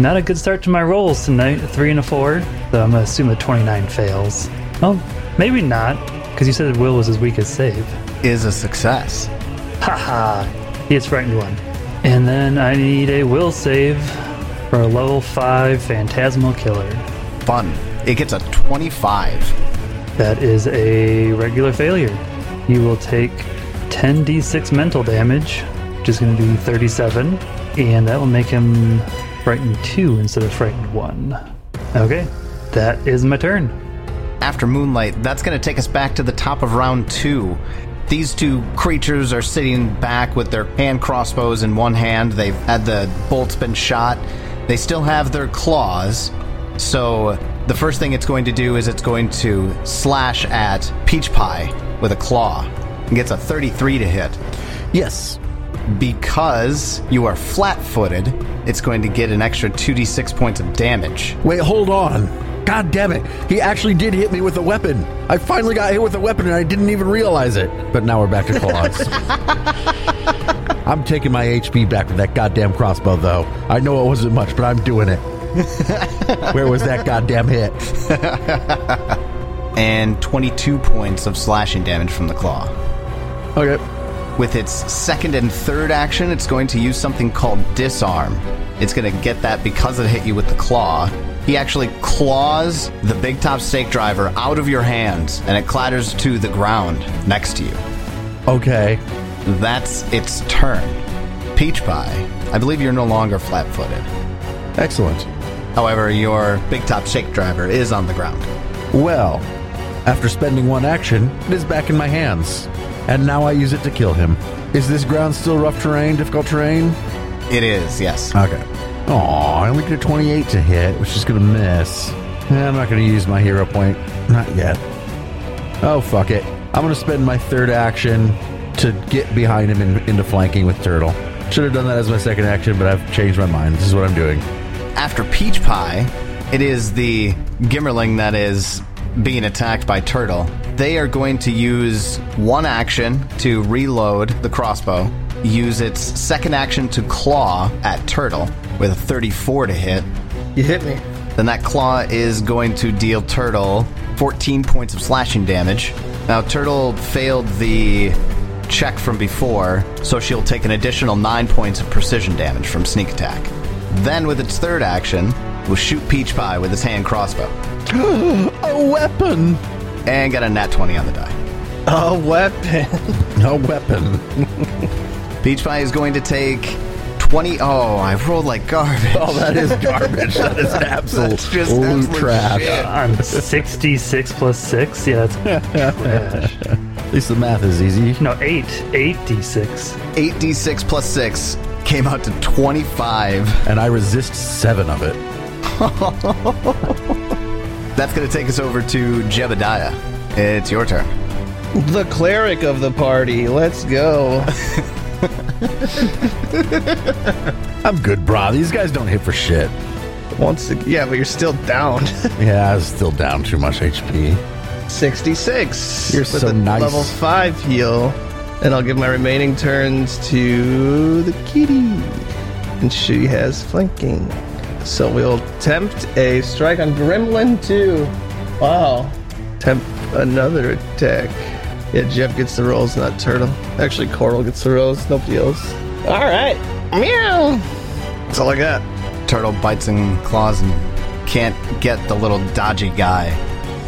Speaker 4: Not a good start to my rolls tonight, a three and a four, so I'm going to assume a 29 fails. Oh, maybe not, because you said will was his weakest save.
Speaker 2: Is a success.
Speaker 4: Haha, he is frightened one. And then I need a will save for a level five Phantasmal Killer.
Speaker 2: Fun. It gets a 25.
Speaker 4: That is a regular failure. You will take 10d6 mental damage, which is going to be 37, and that will make him frightened 2 instead of frightened 1. Okay, that is my turn.
Speaker 2: after Moonlight, that's going to take us back to the top of round two. These two creatures are sitting back with their hand crossbows in one hand. They've had the bolts been shot. They still have their claws. So The first thing it's going to do is it's going to slash at Peach Pie with a claw. It gets a 33 to hit.
Speaker 5: Yes.
Speaker 2: Because you are flat footed, it's going to get an extra 2d6 points of damage.
Speaker 5: Wait, hold on. God damn it. He actually did hit me with a weapon. I finally got hit with a weapon and I didn't even realize it. But now we're back to claws. I'm taking my HP back with that goddamn crossbow, though. I know it wasn't much, but I'm doing it. Where was that goddamn hit?
Speaker 2: And 22 points of slashing damage from the claw.
Speaker 6: Okay.
Speaker 2: With its second and third action, it's going to use something called disarm. It's going to get that because it hit you with the claw. He actually claws the big top stake driver out of your hands, and it clatters to the ground next to you.
Speaker 5: Okay.
Speaker 2: That's its turn. Peach Pie, I believe you're no longer flat footed.
Speaker 5: Excellent.
Speaker 2: However, your big top shake driver is on the ground.
Speaker 5: Well, after spending one action, it is back in my hands. And now I use it to kill him. Is this ground still rough terrain, difficult terrain?
Speaker 2: It is, yes.
Speaker 5: Okay. Aw, I only get a 28 to hit, which is going to miss. Eh, I'm not going to use my hero point. Not yet. Oh, fuck it. I'm going to spend my third action to get behind him and into flanking with Turtle. Should have done that as my second action, but I've changed my mind. This is what I'm doing.
Speaker 2: After Peach Pie, it is the Gimmerling that is being attacked by Turtle. They are going to use one action to reload the crossbow, use its second action to claw at Turtle with a 34 to hit.
Speaker 6: You hit me.
Speaker 2: Then that claw is going to deal Turtle 14 points of slashing damage. Now, Turtle failed the check from before, so she'll take an additional 9 points of precision damage from sneak attack. Then, with its third action, will shoot Peach Pie with his hand crossbow.
Speaker 5: A weapon!
Speaker 2: And got a nat 20 on the die.
Speaker 6: A weapon.
Speaker 5: No weapon.
Speaker 2: Peach Pie is going to take 20. Oh, I rolled like garbage.
Speaker 5: Oh, [LAUGHS] that is garbage. that is absolute
Speaker 2: That's just
Speaker 5: loot
Speaker 2: absolute
Speaker 5: trash.
Speaker 2: shit.
Speaker 4: I'm 66 plus 6. Yeah, that's.
Speaker 5: At least the math is easy.
Speaker 4: No, 8. 8d6.
Speaker 2: 8d6 plus 6 came out to 25.
Speaker 5: And I resist seven of it.
Speaker 2: That's going to take us over to Jebediah. It's your turn.
Speaker 6: the cleric of the party. Let's go.
Speaker 5: I'm good, brah. These guys don't hit for shit.
Speaker 6: Once again, yeah, but you're still down. [LAUGHS]
Speaker 5: Yeah, I was still down too much HP.
Speaker 6: 66.
Speaker 5: You're
Speaker 6: with
Speaker 5: so
Speaker 6: a
Speaker 5: nice.
Speaker 6: Level 5 heal. And I'll give my remaining turns to the kitty. And she has flanking. So we'll attempt a strike on Gremlin 2. Wow. Attempt another attack. Yeah, Jeff gets the rolls, not Turtle. Actually, Coral gets the rolls, nobody else. All right. Meow. [LAUGHS] That's all I got.
Speaker 2: Turtle bites and claws and can't get the little dodgy guy.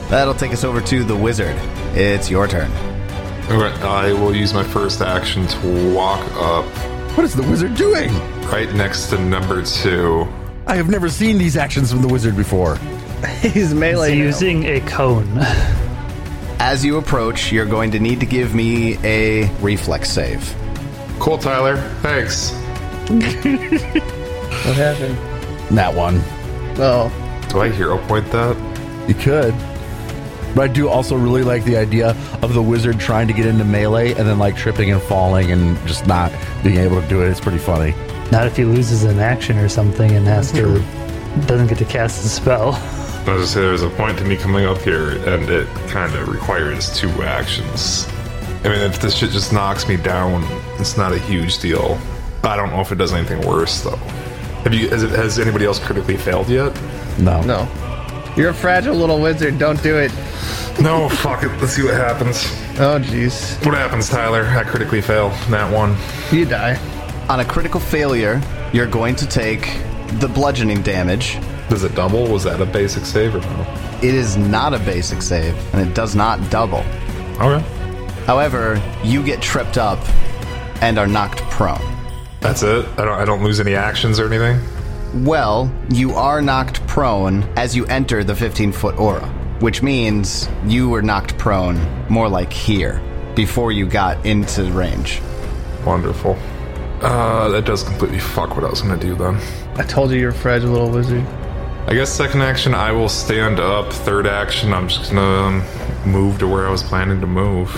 Speaker 2: That'll take us over to the wizard. It's your turn.
Speaker 3: Okay, I will use my first action to walk up
Speaker 5: What is the wizard doing?
Speaker 3: right next to number two.
Speaker 5: I have never seen these actions from the wizard before.
Speaker 6: He's melee. now.
Speaker 4: Using a cone. [LAUGHS]
Speaker 2: As you approach, you're going to need to give me a reflex save.
Speaker 3: Cool, Tyler. Thanks.
Speaker 6: What happened?
Speaker 5: That one.
Speaker 6: Oh,
Speaker 3: Do I hero point that?
Speaker 5: You could. But I do also really like the idea of the wizard trying to get into melee and then like tripping and falling and just not being able to do it. It's pretty funny.
Speaker 4: Not if he loses an action or something and has to. doesn't get to cast a spell.
Speaker 3: I was just say there's a point to me coming up here, and it kind of requires two actions. I mean, if this shit just knocks me down, it's not a huge deal. I don't know if it does anything worse though. Have you? Has, it, has anybody else critically failed yet?
Speaker 5: No.
Speaker 6: no. You're a fragile little wizard. Don't do it.
Speaker 3: No. fuck it. Let's see what happens.
Speaker 6: Oh, jeez.
Speaker 3: What happens, Tyler? I critically fail that one.
Speaker 6: You die.
Speaker 2: On a critical failure, you're going to take the bludgeoning damage.
Speaker 3: Does it double? Was that a basic save or no?
Speaker 2: It is not a basic save, and it does not double.
Speaker 3: Okay.
Speaker 2: However, you get tripped up and are knocked prone.
Speaker 3: That's it. I don't. I don't lose any actions or anything.
Speaker 2: Well, you are knocked prone as you enter the 15 foot aura, which means you were knocked prone more like here before you got into range.
Speaker 3: Wonderful. Uh, that does completely fuck what I was gonna do then.
Speaker 6: I told you you're a fragile little wizard.
Speaker 3: I guess second action, I will stand up. Third action, I'm just gonna um, move to where I was planning to move.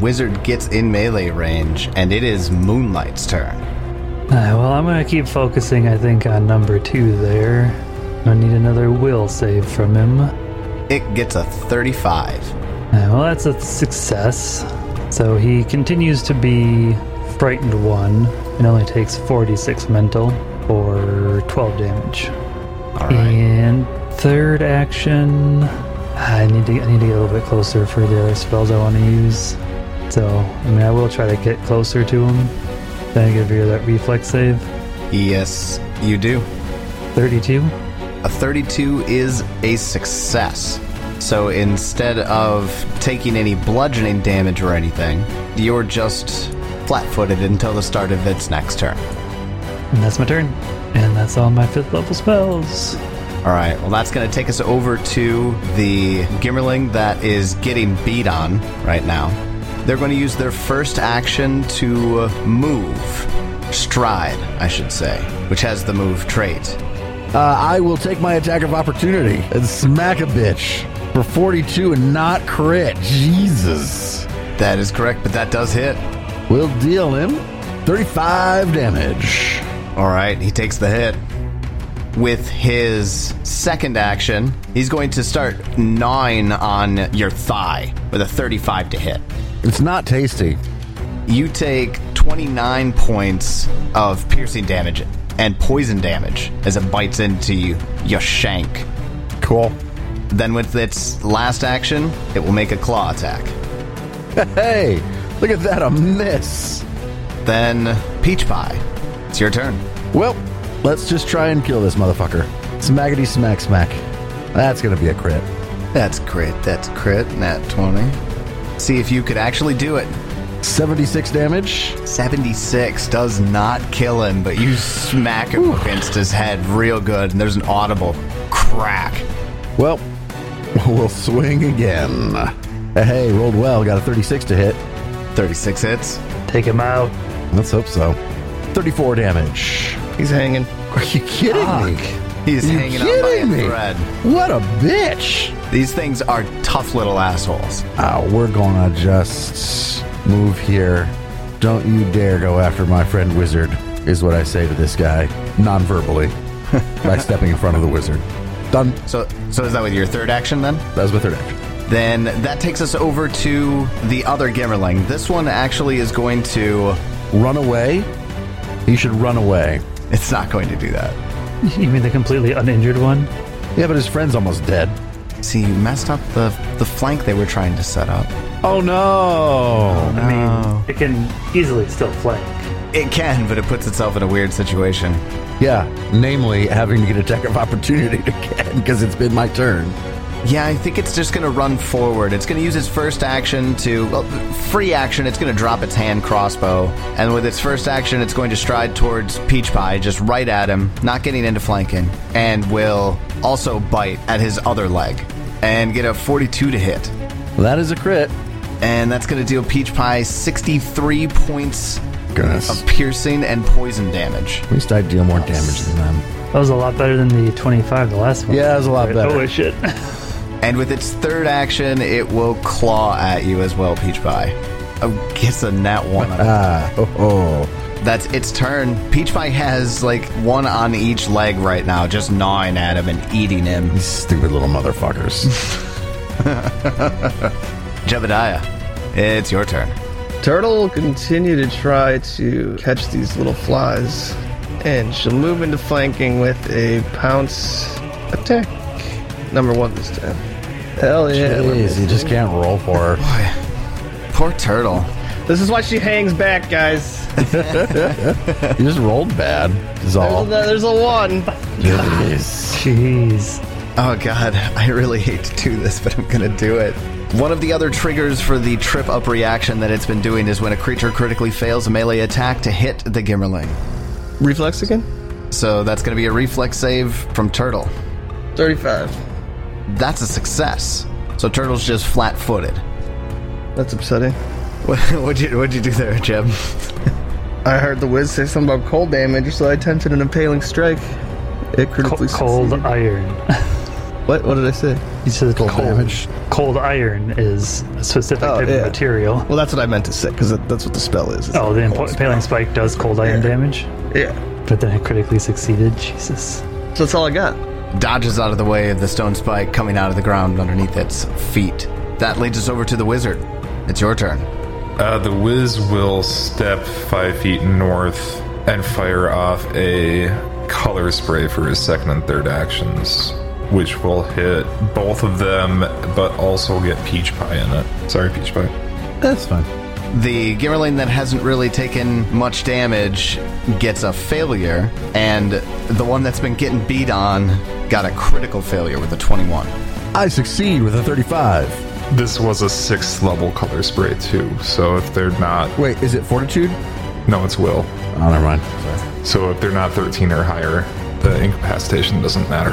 Speaker 2: Wizard gets in melee range, and it is Moonlight's turn.
Speaker 4: Uh, well, I'm gonna keep focusing, I think, on number two there. I need another will save from him. Uh,
Speaker 2: It gets a 35.
Speaker 4: well, that's a success. So he continues to be frightened one and only takes 46 mental for 12 damage.
Speaker 2: All right.
Speaker 4: And third action, I need to I need to get a little bit closer for the other spells I want to use. So I mean, I will try to get closer to him. Then I give you that reflex save,
Speaker 2: Yes, you do.
Speaker 4: 32.
Speaker 2: A 32 is a success. So instead of taking any bludgeoning damage or anything, you're just flat footed until the start of its next turn.
Speaker 4: And that's my turn. And that's all my fifth level spells.
Speaker 2: All right, well, that's going to take us over to the Gimmerling that is getting beat on right now. They're going to use their first action to move, stride, I should say, which has the move trait.
Speaker 5: Uh, I will take my attack of opportunity and smack a bitch for 42 and not crit. Jesus.
Speaker 2: That is correct, but that does hit.
Speaker 5: We'll deal him 35 damage.
Speaker 2: All right, he takes the hit. With his second action, he's going to start gnawing on your thigh with a 35 to hit.
Speaker 5: It's not tasty.
Speaker 2: You take 29 points of piercing damage and poison damage as it bites into you, your shank.
Speaker 5: Cool.
Speaker 2: Then, with its last action, it will make a claw attack.
Speaker 5: Hey, look at that, a miss.
Speaker 2: Then, Peach Pie, it's your turn.
Speaker 5: Well, let's just try and kill this motherfucker. Smackety smack smack. That's gonna be a crit.
Speaker 2: That's crit, that's crit, nat 20. See if you could actually do it.
Speaker 5: 76 damage.
Speaker 2: 76 does not kill him, but you smack him against his head real good, and there's an audible crack.
Speaker 5: Well, [LAUGHS] we'll swing again. Hey, rolled well, got a 36 to hit.
Speaker 2: 36 hits.
Speaker 4: Take him out.
Speaker 5: Let's hope so. 34 damage.
Speaker 6: He's hanging.
Speaker 5: Are you kidding me?
Speaker 2: He's
Speaker 5: You
Speaker 2: hanging on by a
Speaker 5: kidding me?
Speaker 2: thread.
Speaker 5: What a bitch!
Speaker 2: These things are tough little assholes.
Speaker 5: Oh, we're gonna just move here. Don't you dare go after my friend wizard, is what I say to this guy, non verbally, by stepping in front of the wizard. Done.
Speaker 2: So, so is that with your third action then?
Speaker 5: That was my third action.
Speaker 2: Then that takes us over to the other Gimmerling. This one actually is going to.
Speaker 5: Run away? He should run away.
Speaker 2: It's not going to do that.
Speaker 4: You mean the completely uninjured one?
Speaker 5: Yeah, but his friend's almost dead.
Speaker 2: See, you messed up the the flank they were trying to set up.
Speaker 5: Oh no!
Speaker 4: I
Speaker 5: Oh.
Speaker 4: mean, it can easily still flank.
Speaker 2: It can, but it puts itself in a weird situation.
Speaker 5: Yeah, namely having to get attack of opportunity [LAUGHS] again because it's been my turn.
Speaker 2: Yeah, I think it's just going to run forward. It's going to use its first action to well, free action. It's going to drop its hand crossbow, and with its first action, it's going to stride towards Peach Pie, just right at him, not getting into flanking, and will also bite at his other leg and get a 42 to hit.
Speaker 5: That is a crit.
Speaker 2: And that's going to deal Peach Pie 63 points
Speaker 5: Goodness.
Speaker 2: of piercing and poison damage.
Speaker 5: At least I deal more damage than them.
Speaker 4: That was a lot better than the 25, the last one.
Speaker 5: Yeah, that was a lot better.
Speaker 4: Oh,
Speaker 5: [LAUGHS]
Speaker 4: shit.
Speaker 2: And with its third action, it will claw at you as well, Peach Pie. Oh, gets a nat one. on it.
Speaker 5: Ah, oh, oh.
Speaker 2: That's its turn. Peach Pie has like one on each leg right now, just gnawing at him and eating him.
Speaker 5: These stupid little motherfuckers.
Speaker 2: Jebediah, it's your turn.
Speaker 6: Turtle will continue to try to catch these little flies, and she'll move into flanking with a pounce attack. Number one this time. Hell yeah. we're
Speaker 5: Jeez, you just can't roll for her.
Speaker 2: Poor turtle.
Speaker 6: This is why she hangs back, guys. [LAUGHS]
Speaker 5: You just rolled bad, is all.
Speaker 6: There's a, there's a one.
Speaker 5: Jeez.
Speaker 4: Jeez.
Speaker 2: Oh god, I really hate to do this, but I'm gonna do it. One of the other triggers for the trip up reaction that it's been doing is when a creature critically fails a melee attack to hit the Gimmerling.
Speaker 6: Reflex again?
Speaker 2: So that's gonna be a reflex save from Turtle.
Speaker 6: 35.
Speaker 2: That's a success. So Turtle's just flat footed.
Speaker 6: That's upsetting.
Speaker 2: [LAUGHS] What, what'd, you, what'd you do there, Jeb?
Speaker 6: I heard the whiz say something about cold damage, so I attempted an impaling strike. It critically
Speaker 4: Co- cold uh,
Speaker 6: succeeded.
Speaker 4: iron. [LAUGHS]
Speaker 6: What? What did I say?
Speaker 4: He says cold,
Speaker 5: damage.
Speaker 4: cold iron is a specific
Speaker 6: Oh,
Speaker 4: type
Speaker 6: yeah.
Speaker 4: of material.
Speaker 6: Well, that's what I meant to say because that's what the spell is. It's
Speaker 4: Oh,
Speaker 6: not
Speaker 4: the
Speaker 6: a
Speaker 4: impo-
Speaker 6: cold
Speaker 4: impaling spike does cold iron damage,
Speaker 6: spell. Yeah.
Speaker 4: but then it critically succeeded. Jesus.
Speaker 6: So that's all I got.
Speaker 2: Dodges out of the way of the stone spike coming out of the ground underneath its feet. That leads us over to the wizard. It's your turn.
Speaker 3: Uh, the Wiz will step five feet north and fire off a color spray for his second and third actions, which will hit both of them, but also get Peach Pie in it. Sorry, Peach Pie.
Speaker 5: That's fine.
Speaker 2: The Gimmerling that hasn't really taken much damage gets a failure, and the one that's been getting beat on got a critical failure with a 21.
Speaker 5: I succeed with a 35.
Speaker 3: This was a sixth level color spray, too, so if they're not.
Speaker 5: Wait, is it fortitude?
Speaker 3: No, it's Will.
Speaker 5: Oh, never mind.
Speaker 3: So if they're not 13 or higher, the incapacitation doesn't matter.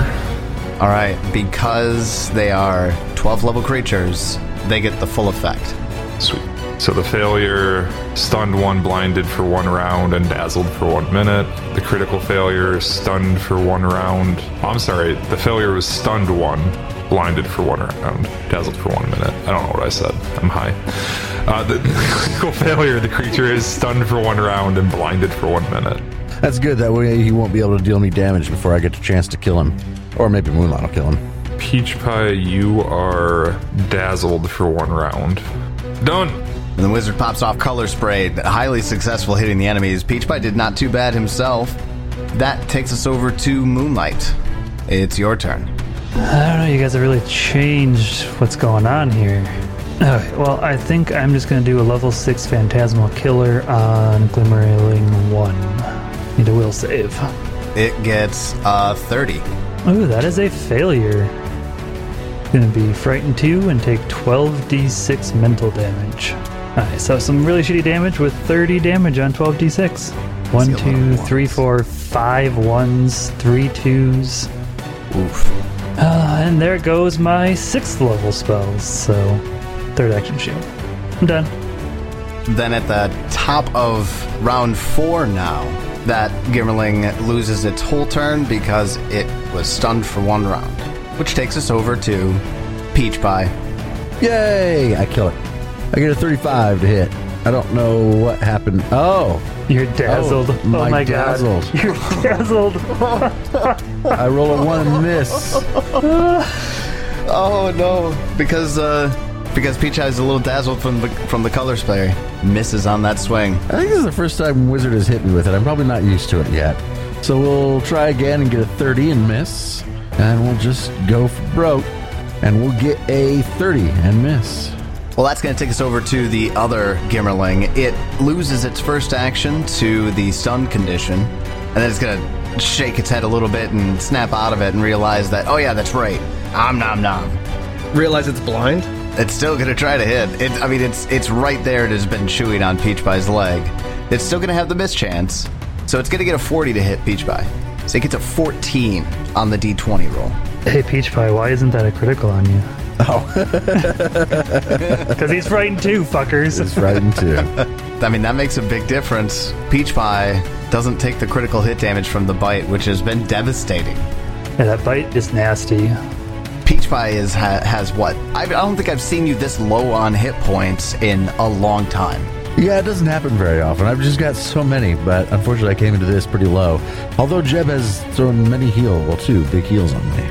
Speaker 2: All right, because they are 12 level creatures, they get the full effect.
Speaker 3: Sweet. So the failure stunned one, blinded for one round, and dazzled for one minute. The critical failure stunned for one round. I'm sorry, the failure was stunned one, blinded for one round, dazzled for one minute. I don't know what I said. I'm high. Uh, the [LAUGHS] critical failure, the creature is stunned for one round and blinded for one minute.
Speaker 5: That's good. That way he won't be able to deal me damage before I get the chance to kill him. Or maybe Moonlight will kill him.
Speaker 3: Peach Pie, you are dazzled for one round. Done.
Speaker 2: And the wizard pops off color spray, highly successful hitting the enemies. Peach Pie did not too bad himself. That takes us over to Moonlight. It's your turn.
Speaker 4: I don't know, you guys have really changed what's going on here. Alright, well, I think I'm just gonna do a level 6 Phantasmal Killer on Glimmering 1. Need a will save.
Speaker 2: It gets uh, 30.
Speaker 4: Ooh, that is a failure. Gonna be frightened 2 and take 12d6 mental damage. Alright, so some really shitty damage with 30 damage on 12d6. One,
Speaker 2: Let's get a lot
Speaker 4: two,
Speaker 2: of
Speaker 4: three,
Speaker 2: ones.
Speaker 4: four, five ones, three twos.
Speaker 2: Oof.
Speaker 4: Uh, and there goes my sixth level spells. So, third action shield. I'm done.
Speaker 2: Then at the top of round four now, that Gimmerling loses its whole turn because it was stunned for one round. Which takes us over to Peach Pie.
Speaker 5: Yay! I kill it. I get a 35 to hit. I don't know what happened. Oh,
Speaker 4: You're dazzled. Oh,
Speaker 5: my
Speaker 4: my
Speaker 5: dazzled.
Speaker 4: god. [LAUGHS] You're dazzled.
Speaker 5: I roll a one and miss.
Speaker 2: Oh no! Because uh, because Peach Pie is a little dazzled from the from the color spray, misses on that swing.
Speaker 5: I think this is the first time Wizard has hit me with it. I'm probably not used to it yet. So we'll try again and get a 30 and miss. And we'll just go for broke. And we'll get a 30 and miss.
Speaker 2: Well, that's going to take us over to the other Gimmerling. It loses its first action to the stun condition, and then it's going to shake its head a little bit and snap out of it and realize that, oh yeah, that's right. Om nom nom.
Speaker 6: Realize it's blind.
Speaker 2: It's still going to try to hit. It, I mean, it's it's right there. It has been chewing on Peach Pie's leg. It's still going to have the miss chance, so it's going to get a 40 to hit Peach Pie. So it gets a 14 on the D20 roll.
Speaker 4: Hey, Peach Pie, why isn't that a critical on you? [LAUGHS] Oh. Because he's frightened too, fuckers.
Speaker 5: It's right into.
Speaker 2: I mean, that makes a big difference. Peach Pie doesn't take the critical hit damage from the bite, which has been devastating.
Speaker 4: Yeah, that bite is nasty.
Speaker 2: Peach Pie is ha- has what? I, I don't think I've seen you this low on hit points in a long time.
Speaker 5: Yeah, it doesn't happen very often. I've just got so many, but unfortunately, I came into this pretty low. Although Jeb has thrown many heal, well, two big heals on me.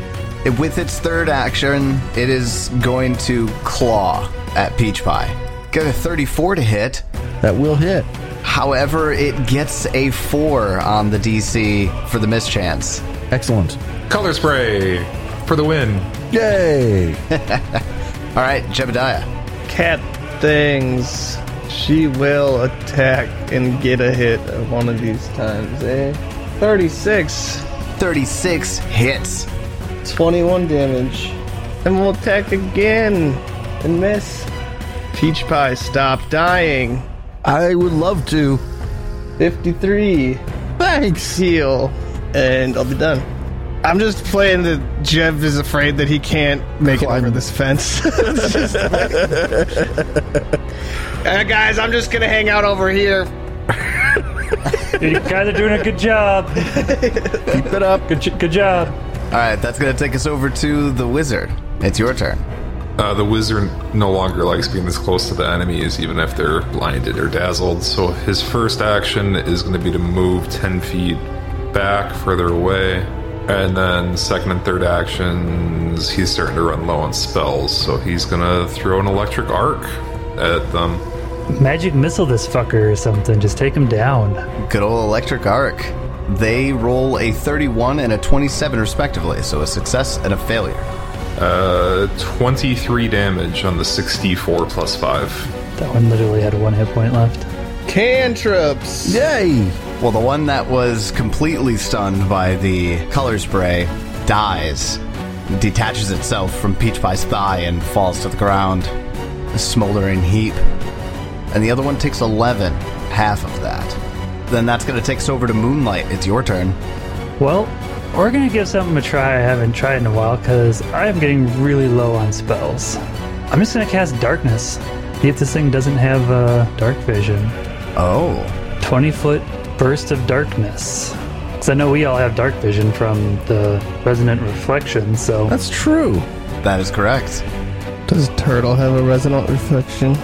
Speaker 2: It- With its third action, it is going to claw at Peach Pie. Got a 34 to hit.
Speaker 5: That will hit.
Speaker 2: However, it gets a 4 on the DC for the mischance.
Speaker 5: Excellent.
Speaker 3: Color spray for the win.
Speaker 5: Yay!
Speaker 2: All right, Jebediah.
Speaker 6: Cat things. She will attack and get a hit at one of these times, eh? 36.
Speaker 2: 36 hits.
Speaker 6: 21 damage. And we'll attack again and miss. Peach Pie, stop dying.
Speaker 5: I would love to.
Speaker 6: 53. Thanks. Heal. And I'll be done. I'm just playing that Jev is afraid that he can't make it over this fence. [LAUGHS] It's just like- Uh, guys, I'm just gonna hang out over here.
Speaker 4: You guys are doing a good job.
Speaker 2: Keep it up.
Speaker 4: Good, j- good job.
Speaker 2: All right, that's going to take us over to the wizard. It's your turn.
Speaker 3: Uh, the wizard no longer likes being this close to the enemies, even if they're blinded or dazzled. So his first action is going to be to move 10 feet back, further away. And then second and third actions, he's starting to run low on spells. So he's going to throw an electric arc at them.
Speaker 4: Magic missile this fucker or something. Just take him down.
Speaker 2: Good old electric arc. They roll a 31 and a 27 respectively, so a success and a failure.
Speaker 3: Uh, 23 damage on the 64 plus 5.
Speaker 4: That one literally had one hit point left.
Speaker 6: Cantrips.
Speaker 5: Yay!
Speaker 2: Well, the one that was completely stunned by the color spray dies, detaches itself from Peach Pie's thigh, and falls to the ground, a smoldering heap. And the other one takes 11, half of that. Then that's going to take us over to Moonlight. It's your turn.
Speaker 4: Well, we're gonna give something a try I haven't tried in a while because I am getting really low on spells. I'm just gonna cast darkness. See if this thing doesn't have uh, dark vision.
Speaker 2: Oh,
Speaker 4: 20 foot burst of darkness. Because I know we all have dark vision from the resonant reflection, so
Speaker 5: That's true.
Speaker 2: that is correct.
Speaker 6: Does Turtle have a resonant reflection?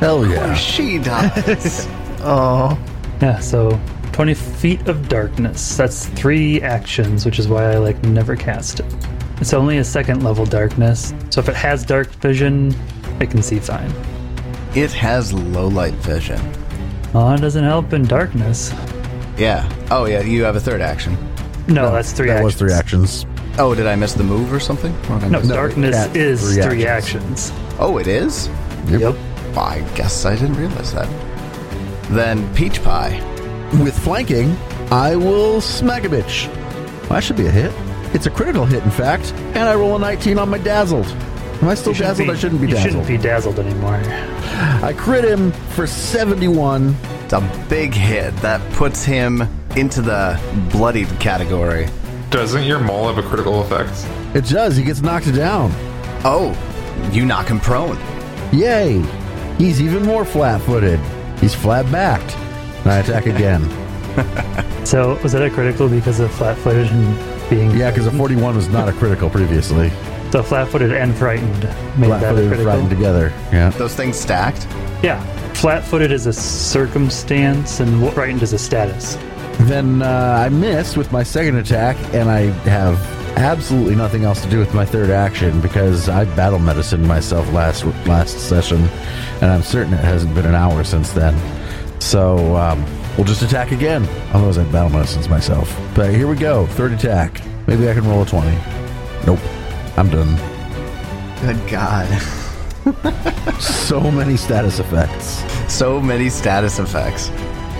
Speaker 5: Hell yeah.
Speaker 2: She dies.
Speaker 6: Oh,
Speaker 4: yeah, so 20 feet of darkness. That's three actions, which is why I like never cast it. It's only a second level darkness, so if it has dark vision, it can see fine.
Speaker 2: [LAUGHS] it has low light vision.
Speaker 4: Oh, it doesn't help in darkness.
Speaker 2: Yeah. Oh, yeah, you have a third action.
Speaker 4: No, that's three.
Speaker 5: That
Speaker 4: actions.
Speaker 5: was three actions.
Speaker 2: Oh, did I miss the move or something? Or did I
Speaker 4: No,
Speaker 2: miss-
Speaker 4: darkness
Speaker 5: that's
Speaker 4: is
Speaker 5: three
Speaker 4: three actions.
Speaker 2: Oh, it is?
Speaker 4: Yep.
Speaker 2: I guess I didn't realize that. Then Peach Pie.
Speaker 5: With flanking, I will smack a bitch. Well, that should be a hit. It's a critical hit, in fact, and I roll a 19 on my dazzled. Am I still
Speaker 4: You shouldn't
Speaker 5: dazzled? I shouldn't be
Speaker 4: you
Speaker 5: dazzled.
Speaker 4: shouldn't be dazzled anymore.
Speaker 5: I crit him for 71.
Speaker 2: It's a big hit that puts him into the bloodied category.
Speaker 3: Doesn't your maul have a critical effect?
Speaker 5: It does. He gets knocked down.
Speaker 2: Oh, you knock him prone.
Speaker 5: Yay! He's even more flat footed. He's flat backed. And I
Speaker 4: [LAUGHS]
Speaker 5: attack again.
Speaker 4: So was that a critical because of flat-footed and being
Speaker 5: yeah, because a 41 was not a critical previously.
Speaker 4: so flat-footed and frightened made
Speaker 5: Flat
Speaker 4: that a
Speaker 5: footed and
Speaker 4: critical.
Speaker 5: riding together. Yeah.
Speaker 2: Those things stacked.
Speaker 4: Yeah, flat-footed is a circumstance and wh- frightened is a status.
Speaker 5: Then uh, I miss with my second attack, and I have absolutely nothing else to do with my third action because I battle medicine myself last last session, and I'm certain it hasn't been an hour since then. So um, we'll just attack again. Otherwise, I battle medicines myself. But here we go, third attack. Maybe I can roll a twenty. Nope, I'm done.
Speaker 2: Good God. [LAUGHS]
Speaker 5: So many status effects.
Speaker 2: So many status effects.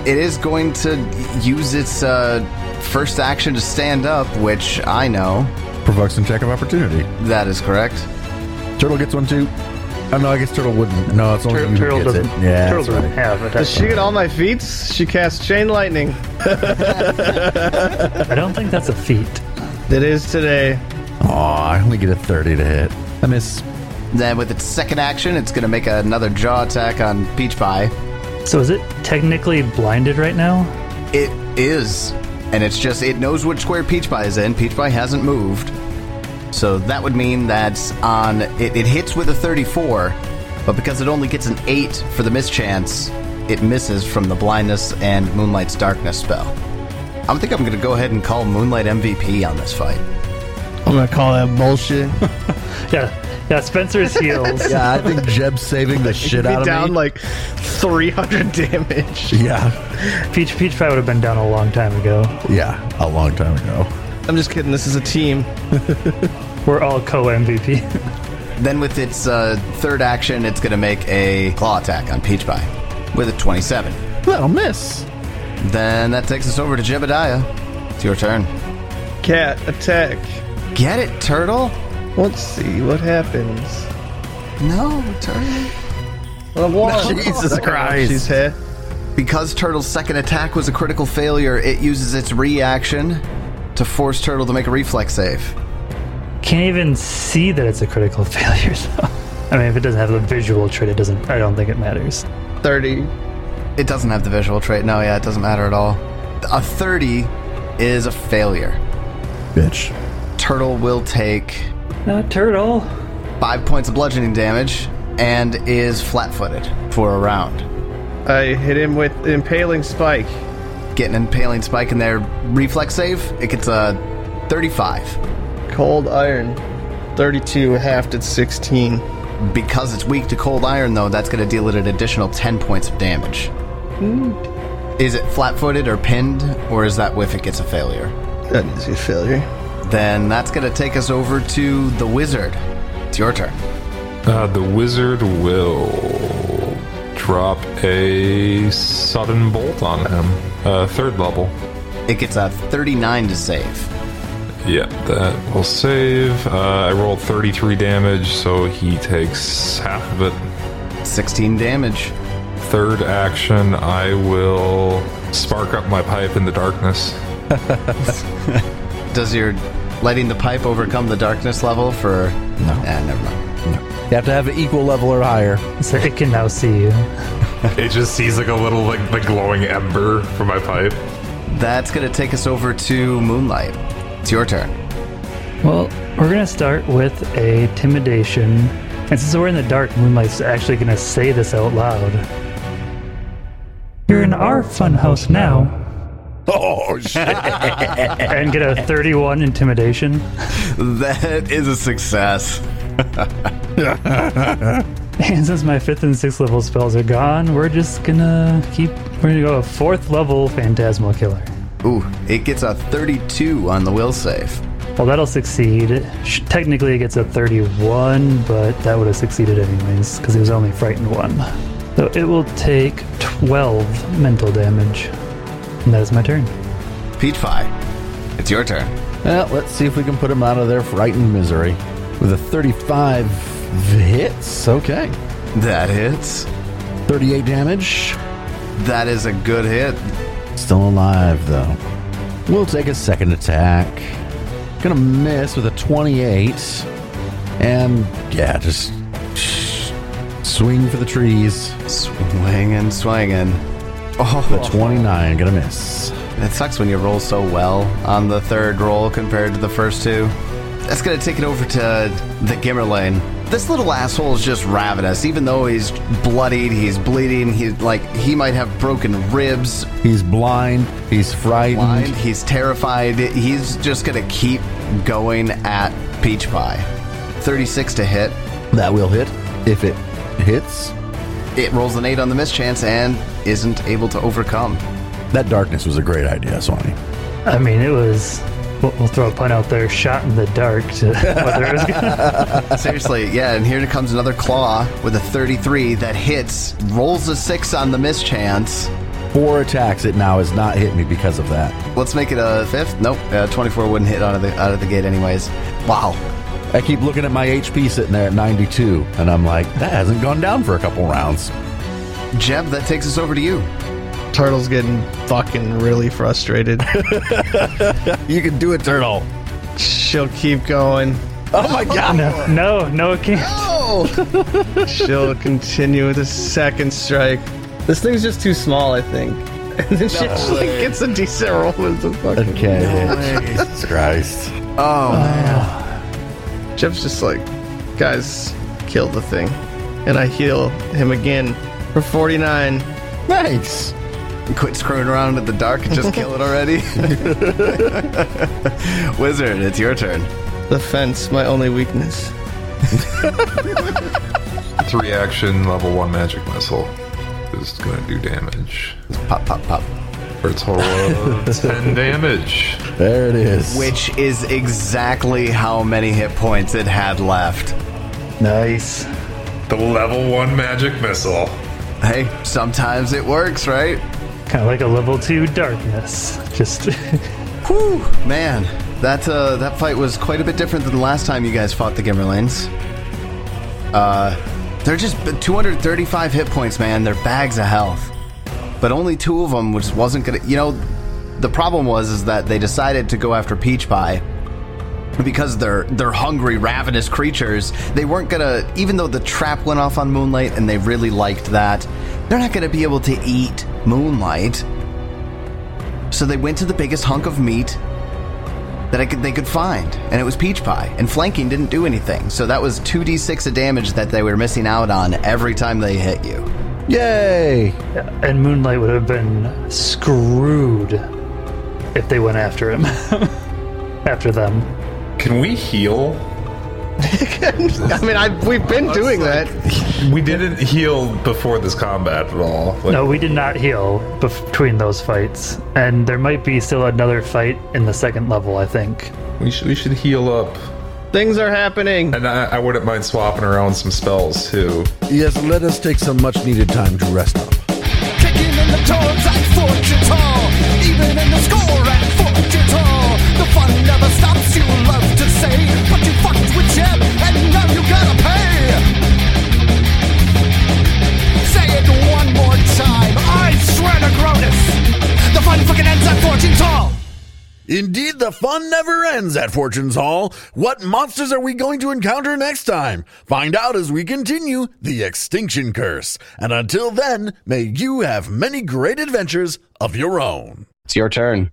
Speaker 2: It is going to use its uh, first action to stand up, which I know.
Speaker 5: Provokes an attack of opportunity.
Speaker 2: That is correct.
Speaker 5: Turtle gets one too. Oh no, I guess turtle wouldn't. No, it's only
Speaker 4: Tur-
Speaker 5: you who
Speaker 4: turtle
Speaker 5: gets it.
Speaker 4: doesn't.
Speaker 5: Yeah,
Speaker 4: turtle
Speaker 5: that's right.
Speaker 4: doesn't have it.
Speaker 6: does she get all my feats? She casts chain lightning.
Speaker 4: I don't think that's a feat.
Speaker 6: It is today.
Speaker 5: Oh, I only get a 30 to hit. I miss.
Speaker 2: Then, with its second action, it's going to make another jaw attack on Peach Pie.
Speaker 4: So is it technically blinded right now?
Speaker 2: It is. And it's just, it knows which square Peach Pie is in. Peach Pie hasn't moved. So that would mean that's on. It, it hits with a 34, but because it only gets an 8 for the mischance, it misses from the blindness and Moonlight's darkness spell. I think I'm going to go ahead and call Moonlight MVP on this fight.
Speaker 6: I'm gonna call that [LAUGHS] bullshit.
Speaker 4: Yeah, yeah. Spencer's heals.
Speaker 5: [LAUGHS] Yeah, I think Jeb's saving the shit out
Speaker 6: Be
Speaker 5: of
Speaker 6: down
Speaker 5: me.
Speaker 6: like 300 damage.
Speaker 5: yeah,
Speaker 4: Peach Peach Pie would have been down a long time ago.
Speaker 5: yeah, a long time ago.
Speaker 6: I'm just kidding. This is a team.
Speaker 4: We're all co-MVP.
Speaker 2: Then, with its uh, third action, it's going to make a claw attack on Peach Pie with a 27.
Speaker 5: That'll miss.
Speaker 2: Then that takes us over to Jebediah. It's your turn.
Speaker 6: Cat attack.
Speaker 2: Get it, turtle?
Speaker 6: Let's see what happens.
Speaker 2: No, turtle.
Speaker 6: On a one.
Speaker 5: [LAUGHS] Jesus Christ.
Speaker 6: Oh, She's hit.
Speaker 2: Because Turtle's second attack was a critical failure, it uses its reaction to force Turtle to make a reflex save.
Speaker 4: [LAUGHS] Can't even see that it's a critical [LAUGHS] failure. Though. I mean, if it doesn't have the visual trait, it doesn't. I don't think it matters.
Speaker 6: 30.
Speaker 2: It doesn't have the visual trait. No, yeah, it doesn't matter at all. a 30 is a failure.
Speaker 5: Bitch.
Speaker 2: Turtle will take
Speaker 4: Not turtle.
Speaker 2: five points of bludgeoning damage and is flat footed for a round.
Speaker 6: I hit him with impaling spike.
Speaker 2: Get an impaling spike in their reflex save. It gets a 35.
Speaker 6: Cold iron. 32 halved at 16.
Speaker 2: Because it's weak to cold iron, though, that's going to deal it an additional 10 points of damage. Is it flat footed or pinned, or is that if it gets a failure?
Speaker 6: That needs to be a failure.
Speaker 2: Then that's going to take us over to the wizard. It's your turn.
Speaker 3: Uh, the wizard will drop a sudden bolt on him. Uh, third level.
Speaker 2: It gets a 39 to save.
Speaker 3: Yeah, that will save. Uh, I rolled 33 damage, so he takes half of it.
Speaker 2: 16 damage.
Speaker 3: Third action, I will spark up my pipe in the darkness.
Speaker 2: Does your lighting the pipe overcome the darkness level for. No. never mind.
Speaker 5: You have to have an equal level or higher.
Speaker 4: So it can now see you.
Speaker 3: It just sees like a little like the glowing ember from my pipe.
Speaker 2: That's going to take us over to Moonlight. It's your turn. [LAUGHS]
Speaker 4: Well, we're gonna start with a intimidation, and since we're in the dark, Moonlight's actually gonna say this out loud. You're in our fun house now,
Speaker 1: Oh, shit.
Speaker 4: [LAUGHS] and get a 31 intimidation,
Speaker 2: That is a success.
Speaker 4: and since my fifth and sixth level spells are gone, we're just gonna keep. We're gonna go a fourth level Phantasmal Killer.
Speaker 2: Ooh, it gets a 32 on the will save.
Speaker 4: Well, that'll succeed. Sh- Technically, it gets a 31, but that would have succeeded anyways, because he was only frightened one. So it will take 12 mental damage. And that is my turn.
Speaker 2: Peach Pie, it's your turn.
Speaker 5: Well, let's see if we can put him out of their frightened misery. With a 35 hits. Okay.
Speaker 2: That hits.
Speaker 5: 38 damage.
Speaker 2: That is a good hit.
Speaker 5: Still alive, though. We'll take a second attack. Gonna miss with a 28. And yeah, just swing for the trees.
Speaker 2: Swinging, swinging.
Speaker 5: The
Speaker 2: Oh,
Speaker 5: 29, gonna miss.
Speaker 2: it sucks when you roll so well on the third roll compared to the first two. That's gonna take it over to the Gimmerlane. This little asshole is just ravenous. Even though he's bloodied, he's bleeding. He's like he might have broken ribs.
Speaker 5: He's blind. He's frightened.
Speaker 2: Blind. He's terrified. He's just gonna keep going at Peach Pie. Thirty-six to hit.
Speaker 5: That will hit if it hits.
Speaker 2: It rolls an eight on the mischance and isn't able to [LAUGHS] overcome.
Speaker 5: That darkness was a great idea, Swanee.
Speaker 4: I mean, it was. We'll, we'll throw a pun out there shot in the dark to [LAUGHS] whether it was gonna.
Speaker 2: Seriously, yeah, and here comes another claw with a 33 that hits, rolls a 6 on the mischance.
Speaker 5: Four attacks. It now has not hit me because of that.
Speaker 2: Let's make it a fifth. Nope, uh, 24 wouldn't hit out of the out of the gate anyways. Wow.
Speaker 5: I keep looking at my HP sitting there at 92, and I'm like, that hasn't gone down for a couple rounds.
Speaker 2: Jeb, that takes us over to you.
Speaker 6: Turtle's getting fucking really
Speaker 5: [LAUGHS]
Speaker 6: frustrated.
Speaker 5: You can do it, Turtle.
Speaker 6: She'll keep going.
Speaker 5: Oh my god.
Speaker 4: No, no, no, it can't.
Speaker 6: She'll continue with a second strike. This thing's just too small, I think. [LAUGHS] And then she just like gets a decent roll with the fucking.
Speaker 5: Okay. [LAUGHS] Jesus Christ.
Speaker 6: Jeff's just like, guys, kill the thing. And I heal him again for 49.
Speaker 5: Thanks.
Speaker 2: Quit screwing around in the dark and just kill it already. [LAUGHS] Wizard, it's your turn.
Speaker 6: The fence, my only weakness.
Speaker 3: Three action, level one magic missile. Is gonna do damage.
Speaker 2: Pop, pop, pop.
Speaker 3: For a total [LAUGHS] of 10 damage.
Speaker 5: There it is.
Speaker 2: Which is exactly how many hit points it had left.
Speaker 4: Nice.
Speaker 3: The level one magic missile.
Speaker 2: Hey, sometimes it works, right?
Speaker 4: Kind of like a level two darkness. Just [LAUGHS]
Speaker 2: Whew, man, that uh, that fight was quite a bit different than the last time you guys fought the Gimmerlanes. Uh, they're just b- 235 hit points, man. They're bags of health, but only two of them, which wasn't gonna. You know, the problem was is that they decided to go after Peach Pie because they're they're hungry, ravenous creatures. They weren't gonna, even though the trap went off on Moonlight, and they really liked that. They're not gonna be able to eat Moonlight So they went to the biggest hunk of meat that I could they could find, and it was peach pie. And flanking didn't do anything, so that was two d6 of damage that they were missing out on every time they hit you.
Speaker 5: Yay!
Speaker 4: And Moonlight would have been screwed if they went after him. [LAUGHS] after them.
Speaker 3: Can we heal?
Speaker 6: I mean, I, we've been doing that.
Speaker 3: We didn't heal before this combat at all. Like,
Speaker 4: No, we did not heal bef- between those fights. And there might be still another fight in the second level, I think.
Speaker 3: we should we should heal up.
Speaker 6: Things are happening.
Speaker 3: And I, I wouldn't mind swapping around some spells too.
Speaker 5: Yes, let us take some much needed time to rest up.
Speaker 8: Kicking in the doors at Fortune Hall, even in the score at Fortune Hall. The fun never stops, you love to say, but you fucked with Jeb and now you gotta pay. Say it one more time, I swear to Grotus, the fun fucking ends at Fortune Hall.
Speaker 1: Indeed, the fun never ends at Fortune's Hall. What monsters are we going to encounter next time? Find out as we continue The Extinction Curse. And until then, may you have many great adventures of your own.
Speaker 2: It's your turn.